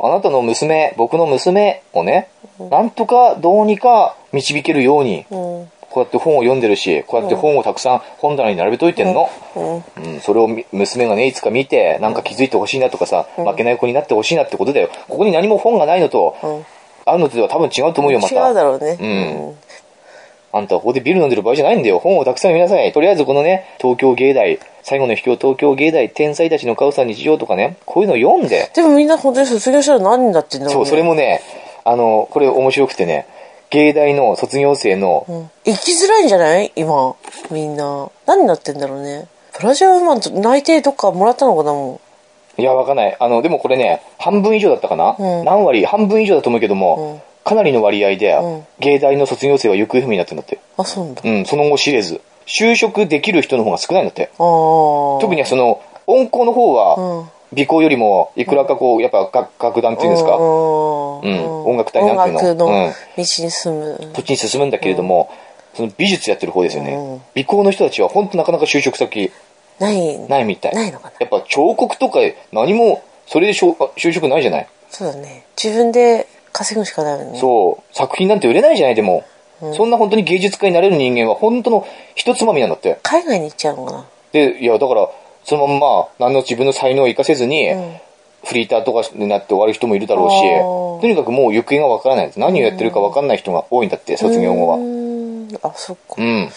Speaker 1: あなたの娘、僕の娘をね、なんとかどうにか導けるように、
Speaker 2: うん
Speaker 1: こうやって本を読んでるし、こうやって本をたくさん本棚に並べといてんの。
Speaker 2: うん
Speaker 1: うん、それをみ娘がね、いつか見て、なんか気づいてほしいなとかさ、負けない子になってほしいなってことだよ。ここに何も本がないのと、
Speaker 2: うん
Speaker 1: あるのとでは多分違うと思うよ、ま
Speaker 2: 違う
Speaker 1: た。
Speaker 2: だろうね、
Speaker 1: うんあんたはここでビール飲んでる場合じゃないんだよ。本をたくさん読みなさい。とりあえずこのね、東京芸大、最後の秘境東京芸大、天才たちのカウさん日常とかね、こういうの読んで、
Speaker 2: でもみんな本当に卒業したら何になってんだろう、
Speaker 1: そ
Speaker 2: ね、
Speaker 1: う、それもね、あの、これ面白くてね、芸大の卒業生の、
Speaker 2: うん生きづらいんじゃない今みんな何になってんだろうねプラジャーウーマンと内定とかもらったのかなも
Speaker 1: いや、わかんない。あの、でもこれね、半分以上だったかな、
Speaker 2: うん
Speaker 1: 何割半分以上だと思うけども、かなりの割合で、
Speaker 2: うん
Speaker 1: 芸大の卒業生は行方不明になってんだって。
Speaker 2: うあそうなんだ、
Speaker 1: うん、その後知れず。就職できる人の方が少ないんだって。
Speaker 2: ああ
Speaker 1: 特にその、温厚の方
Speaker 2: う
Speaker 1: は
Speaker 2: ん、
Speaker 1: 美行よりも、いくらかこう、やっぱ楽楽団っていうんですか、
Speaker 2: うん
Speaker 1: うん音楽隊なんていうの
Speaker 2: 音楽
Speaker 1: うん
Speaker 2: の道に進む、
Speaker 1: そっちに進むんだけれども、その美術やってる方ですよね、
Speaker 2: うん
Speaker 1: 美行の人たちは本当なかなか就職先
Speaker 2: ない
Speaker 1: ないみたい
Speaker 2: ないのかな
Speaker 1: やっぱ彫刻とか何もそれでしょあ就職ないじゃない、
Speaker 2: そうだね自分で稼ぐしかないよね
Speaker 1: そう作品なんて売れないじゃないでも、そんな本当に芸術家になれる人間は本当の一つまみなんだって
Speaker 2: 海外に行っちゃうのかな
Speaker 1: でいやだからそのまんま何の自分の才能を生かせずに、
Speaker 2: ん
Speaker 1: フリーターとかになって終わる人もいるだろう
Speaker 2: あ
Speaker 1: し
Speaker 2: ー
Speaker 1: とにかくもう行方がわからない何をやってるかわかんない人が多いんだって卒業後
Speaker 2: う
Speaker 1: は
Speaker 2: ーんあそっか、
Speaker 1: うん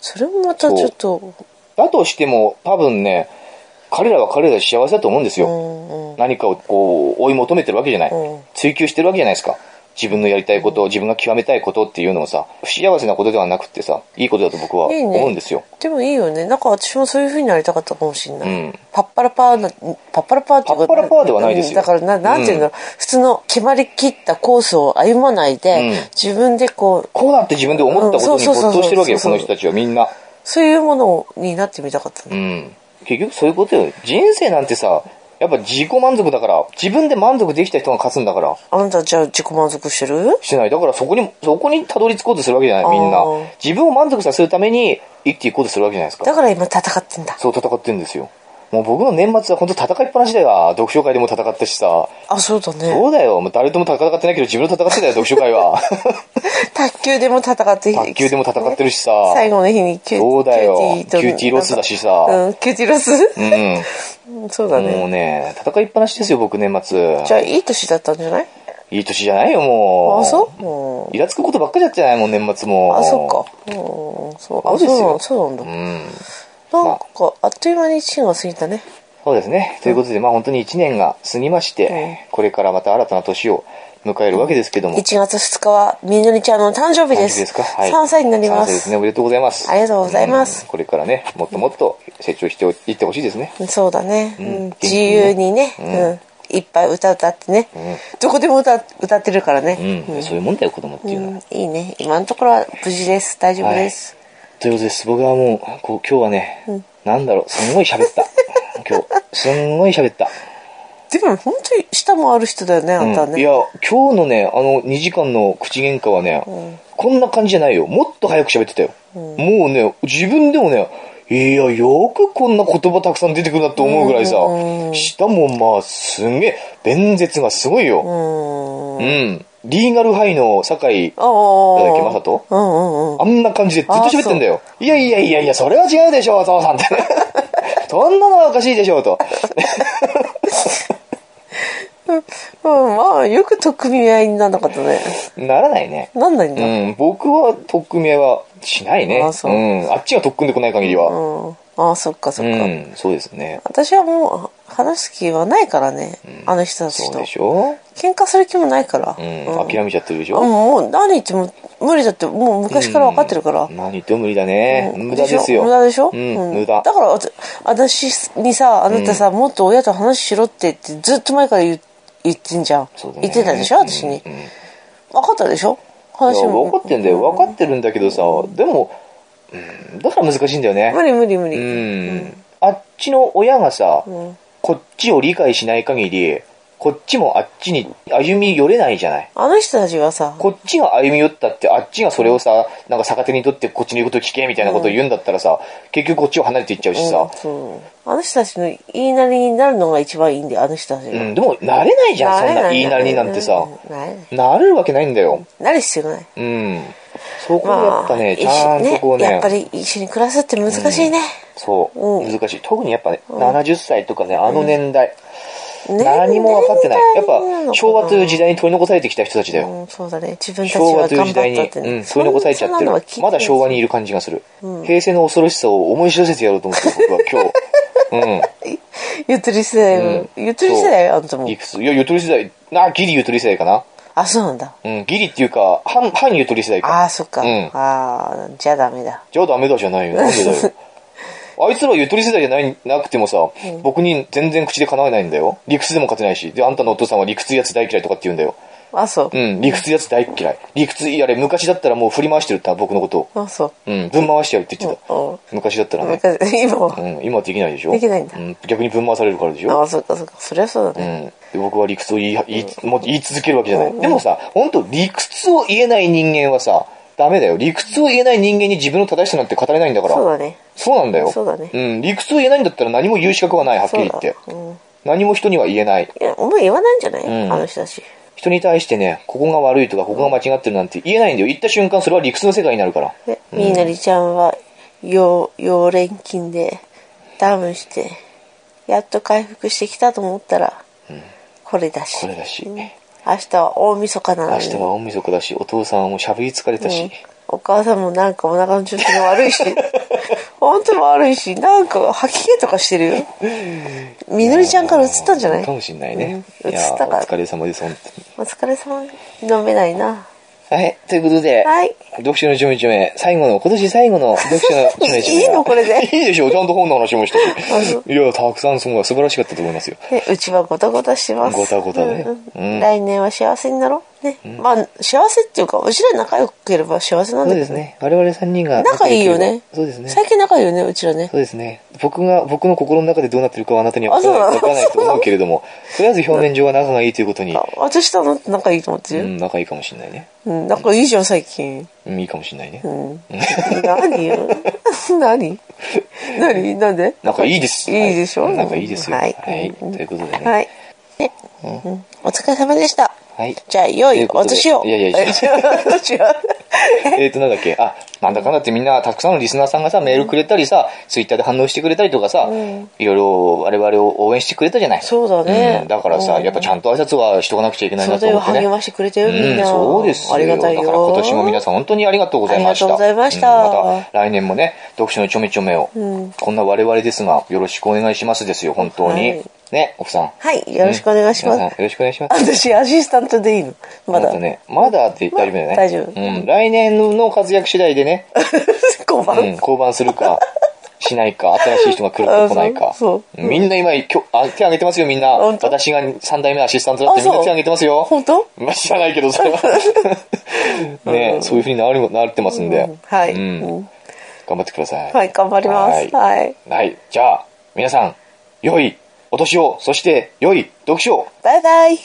Speaker 2: それもまたちょっと
Speaker 1: だとしても多分ね彼らは彼らで幸せだと思うんです
Speaker 2: う
Speaker 1: よ、
Speaker 2: んうん
Speaker 1: 何かをこう追い求めてるわけじゃない、
Speaker 2: うん
Speaker 1: 追求してるわけじゃないですか自分のやりたいこと自分が極めたいことっていうのもさ不幸せなことではなくってさいいことだと僕はい
Speaker 2: いね
Speaker 1: 思うんですよ
Speaker 2: でもいいよねなんか私もそういう風になりたかったかもしれない、
Speaker 1: うん
Speaker 2: パッパラパーなパッパラパーっていうか
Speaker 1: パッパラパーではないですよ
Speaker 2: だからななんていうの、普通の決まりきったコースを歩まないで、
Speaker 1: うん
Speaker 2: 自分でこう
Speaker 1: こうだって自分で思ったことに
Speaker 2: うんそ
Speaker 1: 没
Speaker 2: うそうそうそ
Speaker 1: 頭
Speaker 2: う
Speaker 1: してるわけよ
Speaker 2: そ
Speaker 1: この
Speaker 2: うそう
Speaker 1: 人たちはみんな
Speaker 2: そういうものになってみたかったの
Speaker 1: うん結局そういうことよ人生なんてさやっぱ自己満足だから自分で満足できた人が勝つんだから
Speaker 2: あなたじゃあ自己満足してる
Speaker 1: してないだからそこにそこにたどり着こうとするわけじゃないみんな
Speaker 2: あー
Speaker 1: 自分を満足させるために生きていこうとするわけじゃないですか
Speaker 2: だから今戦ってんだ
Speaker 1: そう戦ってんですよ。もう僕の年末は本当戦いっぱなしだよ。読書会でも戦ったしさ。
Speaker 2: あそうだね
Speaker 1: そうだよ。もう誰とも戦ってないけど自分と戦ってたよ、読書会
Speaker 2: (laughs)
Speaker 1: は。
Speaker 2: 卓球でも戦って
Speaker 1: 卓球でも戦ってるしさ。
Speaker 2: 最後の日にキュ
Speaker 1: そうだよ。キュ
Speaker 2: キュー
Speaker 1: ー
Speaker 2: テ
Speaker 1: テ
Speaker 2: ィ
Speaker 1: ィ
Speaker 2: ー
Speaker 1: ー
Speaker 2: と
Speaker 1: ロスだしさ。
Speaker 2: うんキューティーロ
Speaker 1: う
Speaker 2: ス
Speaker 1: ん。
Speaker 2: そうだ
Speaker 1: も
Speaker 2: ね
Speaker 1: うね、戦いっぱなしですよ、僕年末
Speaker 2: じ。ゃあいい年だったんじゃない
Speaker 1: いい年じゃないよ、もう。
Speaker 2: あそううん
Speaker 1: イラつくことばっかりだったじゃない、もう年末も。
Speaker 2: あそっかうんそう
Speaker 1: そうで
Speaker 2: あ
Speaker 1: すよ
Speaker 2: そうなんそうなんだ
Speaker 1: うん。
Speaker 2: なんかあっという間に1年が過ぎたね
Speaker 1: そうですね。ということで、まあ本当に1年が過ぎまして、これからまた新たな年を迎えるわけですけども。
Speaker 2: 1月2日はみのりちゃんの誕生
Speaker 1: 感
Speaker 2: 日で
Speaker 1: じ
Speaker 2: す
Speaker 1: ですか、はい、
Speaker 2: 3歳になり
Speaker 1: 3
Speaker 2: ま
Speaker 1: 歳です
Speaker 2: す
Speaker 1: ねおめでとうございます
Speaker 2: ありがとうございます
Speaker 1: んこれからねもっともっと成長していってほしいですね
Speaker 2: そうだね、うん
Speaker 1: 元気
Speaker 2: 自
Speaker 1: にね
Speaker 2: 由にね、うんいっぱい歌歌ってね、どこでも歌歌ってるから
Speaker 1: う
Speaker 2: ね
Speaker 1: ん、、そういうもんだよ子供っていうのは、
Speaker 2: うんいいね今のところは無事です大丈夫です、
Speaker 1: ということです僕はもうこう今日はね、なんだろうすんごい喋った
Speaker 2: (laughs)
Speaker 1: 今日すんごい喋った、
Speaker 2: でも本当に舌もある人だよねあんたは
Speaker 1: うんい
Speaker 2: ね、
Speaker 1: や今日のねあの2時間の口喧嘩はね、こんな感じじゃないよもっと早く喋ってたよ、もうね自分でもねいやよくこんな言葉たくさん出てくるなと思うぐらいさ、舌もまあすげえ弁舌がすごいよ、
Speaker 2: うん
Speaker 1: うん。リーガルハイの酒井、
Speaker 2: ああ
Speaker 1: だっけマサト
Speaker 2: うんうんうん
Speaker 1: あんな感じでずっと喋ってんだよ。いやいやいやいや、それは違うでしょ、お父さんって。 (laughs) そんなのはおかしいでしょ、と。
Speaker 2: うんまあよく取っ組み合いにならなかったね
Speaker 1: ならないね。
Speaker 2: なんないんだ、
Speaker 1: うん、僕は特組み合いはしないね。
Speaker 2: あそう
Speaker 1: うん。あっちが特訓でこない限り
Speaker 2: う
Speaker 1: は。
Speaker 2: んあああそっかそっか、
Speaker 1: うん、そうですね。
Speaker 2: 私はもう話す気はないからね、あの人たち
Speaker 1: そう
Speaker 2: と
Speaker 1: でしょ
Speaker 2: 喧嘩する気もないから、
Speaker 1: うん
Speaker 2: うん、
Speaker 1: 諦めちゃってるでし
Speaker 2: あ
Speaker 1: ょ
Speaker 2: もう何言っても無理だってもう昔から分かってるから、
Speaker 1: うん何言っても無理だね。
Speaker 2: うん
Speaker 1: 無駄ですよ。
Speaker 2: 無駄でしょ、
Speaker 1: うん
Speaker 2: うん、
Speaker 1: 無駄
Speaker 2: だ。からあた私にさあなたさ、もっと親と話しろってってずっと前から言う言ってんじゃん、
Speaker 1: そうだね
Speaker 2: 言ってたでしょ私に、
Speaker 1: うんうん
Speaker 2: 分かったでしょ
Speaker 1: い
Speaker 2: 話
Speaker 1: や
Speaker 2: も
Speaker 1: 分かってんだよ。分かってるんだけどさ、でも、うんだから難しいんだよね。
Speaker 2: 無理無理無理、
Speaker 1: うんあっちの親がさ、こっちを理解しない限り、こっちもあっちに歩み寄れないじゃない。
Speaker 2: あの人たちはさ
Speaker 1: こっちが歩み寄ったって、あっちがそれをさ、なんか逆手にとってこっちの言うこと聞けみたいなことを言うんだったらさ、結局こっちを離れていっちゃうしさ、
Speaker 2: うんそうあの人たちの言いなりになるのが一番いいんだよあの人たち
Speaker 1: う
Speaker 2: が、
Speaker 1: ん、でも慣れないじゃん、そん
Speaker 2: れ
Speaker 1: な言いなりになんてさ、
Speaker 2: うんなれない
Speaker 1: なれるわけないんだよ。
Speaker 2: なる必要ない
Speaker 1: うん。そこがやっぱね、ち
Speaker 2: 一
Speaker 1: ゃ
Speaker 2: 緒
Speaker 1: んとこうね、
Speaker 2: やっぱり一緒に暮らすって難しいね、
Speaker 1: そう、
Speaker 2: うん
Speaker 1: 難しい。特にやっぱね、70歳とかね、あの年代、
Speaker 2: ね
Speaker 1: 何も分かってない。やっぱ、昭和という時
Speaker 2: 代
Speaker 1: 代に取り残されてきた人たちだよ。
Speaker 2: うん、そうだね自分たち
Speaker 1: 昭
Speaker 2: は
Speaker 1: 和という
Speaker 2: 頑
Speaker 1: 時
Speaker 2: 張ったっ
Speaker 1: 代に、うん、
Speaker 2: て
Speaker 1: 取
Speaker 2: ね、
Speaker 1: り残されちゃってる。まだ昭和
Speaker 2: に
Speaker 1: にいる感じがする。平成の恐ろしさを思い知らせてやろうと思
Speaker 2: (laughs)
Speaker 1: ってる、僕は今日。
Speaker 2: ゆとり世代も、
Speaker 1: うん
Speaker 2: ゆとり世代あんた
Speaker 1: うん。
Speaker 2: も
Speaker 1: いくついや、ゆとり世代、な、ギリゆとり世代かな。
Speaker 2: あそうなんだ
Speaker 1: うん、ギリっていうか、半、半ゆとり世代
Speaker 2: あ
Speaker 1: か。
Speaker 2: あそっか、
Speaker 1: うん
Speaker 2: ああじゃあダメだ
Speaker 1: じゃあダメだじゃないよ。なんでだ
Speaker 2: (laughs)
Speaker 1: よ。あいつらゆとり世代じゃない、なくてもさ、僕に全然口で叶わないんだよ。理屈でも勝てないし。で、あんたのお父さんは理屈やつ大嫌いとかって言うんだよ。
Speaker 2: あそう
Speaker 1: う、ん、理屈やつ大嫌い。理屈、いやあれ、昔だったらもう振り回してるってな僕のことを。
Speaker 2: あそう
Speaker 1: うん、ぶん回してやるって言ってた。
Speaker 2: うん
Speaker 1: 昔だったらね。
Speaker 2: 昔今は
Speaker 1: う、ん、今はできないでしょ
Speaker 2: できないんだ
Speaker 1: うん、逆にぶん回されるからでし
Speaker 2: あ
Speaker 1: ょ
Speaker 2: あそっかそっかそりゃそうだ
Speaker 1: う
Speaker 2: ね、
Speaker 1: ん。で僕は理屈を言い、言い、もう言い続けるわけじゃない。でもさ、本当理屈を言えない人間はさ、ダメだよ。理屈を言えない人間に自分の正しさなんて語れないんだから。
Speaker 2: そうだね
Speaker 1: そうなんだよ。
Speaker 2: そうだね
Speaker 1: ん、理屈を言えないんだったら何も言う資格はない、はっき
Speaker 2: そう
Speaker 1: り
Speaker 2: だ
Speaker 1: 言って。
Speaker 2: うん
Speaker 1: 何も人には言えない。
Speaker 2: いやお前言わないんじゃない、
Speaker 1: うん
Speaker 2: あの人たち
Speaker 1: 人に対してね、ここが悪いとか、ここが間違ってるなんて言えないんだよ。言った瞬間、それは理屈の世界になるから。
Speaker 2: でみなりちゃんは溶溶連菌でダウンしてやっと回復してきたと思ったら、これだし
Speaker 1: これだし。
Speaker 2: 明日は大晦日なの
Speaker 1: 明
Speaker 2: に
Speaker 1: 日は大晦日だし、お父さんもしゃぶり疲れたし、
Speaker 2: うんお母さんもなんかお腹の調子が
Speaker 1: (laughs)
Speaker 2: 悪いし本当も悪いしなんか吐き気とかしてるよみのりちゃんから移ったんじゃない
Speaker 1: かもしんないね。
Speaker 2: うん
Speaker 1: いや
Speaker 2: 移った
Speaker 1: ー、お
Speaker 2: から
Speaker 1: 疲れ様です、本
Speaker 2: お疲れ様飲めないな
Speaker 1: 当に。はい、ということで、
Speaker 2: はい
Speaker 1: 読書のちょめちょめ、最後の、今年最後
Speaker 2: (laughs)
Speaker 1: の読書のちょめちょめ
Speaker 2: いいのこれで
Speaker 1: (laughs) いいでしょ、ちゃんと本の話もしたし
Speaker 2: そ。
Speaker 1: いや、たくさんすごい素晴らしかったと思いますよ。
Speaker 2: ねうちはごたごたしてます
Speaker 1: ごたごたね
Speaker 2: うんうん
Speaker 1: うん
Speaker 2: 来年は幸せになろうね、まあ幸せっていうかうちら仲良ければ幸せなん
Speaker 1: そ
Speaker 2: だ
Speaker 1: う
Speaker 2: け
Speaker 1: で
Speaker 2: ど
Speaker 1: すね。我々3人が
Speaker 2: 仲いいよ
Speaker 1: 良
Speaker 2: ね
Speaker 1: ければそうですね。
Speaker 2: 最近仲いいよねうちらね
Speaker 1: そうですね。僕が、僕の心の中でどうなってるかはあなたには分からない
Speaker 2: (laughs) あそう
Speaker 1: わから
Speaker 2: なの
Speaker 1: ないと思うけれども、とりあえず表面上は仲がいいということに
Speaker 2: あ、私とあなた仲いいと思って
Speaker 1: う
Speaker 2: るよ、
Speaker 1: ん、仲いいかもしれないね。
Speaker 2: うん、仲いいじゃん最近
Speaker 1: うん、いいかもしれないね。
Speaker 2: うん何
Speaker 1: (laughs)
Speaker 2: よ何何なんで
Speaker 1: 仲いいです。
Speaker 2: いいでしょ、
Speaker 1: はい仲いいですよ。
Speaker 2: は
Speaker 1: はいい。ということでね。
Speaker 2: はいでうんお疲れ様でした
Speaker 1: はい。
Speaker 2: じゃあ良
Speaker 1: とい
Speaker 2: いう
Speaker 1: こ
Speaker 2: お
Speaker 1: とで
Speaker 2: 年を
Speaker 1: いやいやいや
Speaker 2: (laughs) 違う
Speaker 1: えっと、なんだっけ、あ、なんだかんだってみんな、たくさんのリスナーさんがさ、メールくれたりさ、ツイッターで反応してくれたりとかさ、いろいろ我々を応援してくれたじゃない。
Speaker 2: そうだね
Speaker 1: んだからさ、
Speaker 2: うん
Speaker 1: やっぱちゃんと挨拶はしとかなくちゃいけない
Speaker 2: そう
Speaker 1: なと
Speaker 2: だ
Speaker 1: 思
Speaker 2: よ
Speaker 1: ってね。
Speaker 2: 励ましてくれてるみん
Speaker 1: うん、
Speaker 2: な
Speaker 1: そうですよ
Speaker 2: ありがたいよ
Speaker 1: だから今年も皆さん本当にありがとうございました。
Speaker 2: ありがとうございました
Speaker 1: うんまた来年もね、読書のちょめちょめを、こんな我々ですが、よろしくお願いしますですよ、本当に。
Speaker 2: はい
Speaker 1: ね、奥さん。
Speaker 2: はいよろしくお願いします、
Speaker 1: 皆さんよろしくお願いします。
Speaker 2: 私アシスタントでいいのま
Speaker 1: あ
Speaker 2: だ、 (laughs)
Speaker 1: とね、まだって大丈夫だよね。
Speaker 2: ま大丈夫
Speaker 1: うん、来年の活躍次第でね、
Speaker 2: 5番、
Speaker 1: うん、降板するか、しないか、新しい人が来るか来ないか。
Speaker 2: あそうそうん
Speaker 1: みんな今、きょあ手挙げてますよ、みんな。
Speaker 2: 本当
Speaker 1: 私が3代目のアシスタントだって
Speaker 2: あ
Speaker 1: みんな
Speaker 2: そう
Speaker 1: 手挙げてますよ。
Speaker 2: 本当
Speaker 1: まあ、知らないけど、
Speaker 2: (laughs)
Speaker 1: それは。ねえそういうふうになる、なってますんで。
Speaker 2: はい、
Speaker 1: うん
Speaker 2: うん
Speaker 1: 頑張ってください。
Speaker 2: はい頑張ります
Speaker 1: はい。
Speaker 2: はい
Speaker 1: はいじゃあ、皆さん、良いお年を、そして良い読書を。
Speaker 2: バイバイ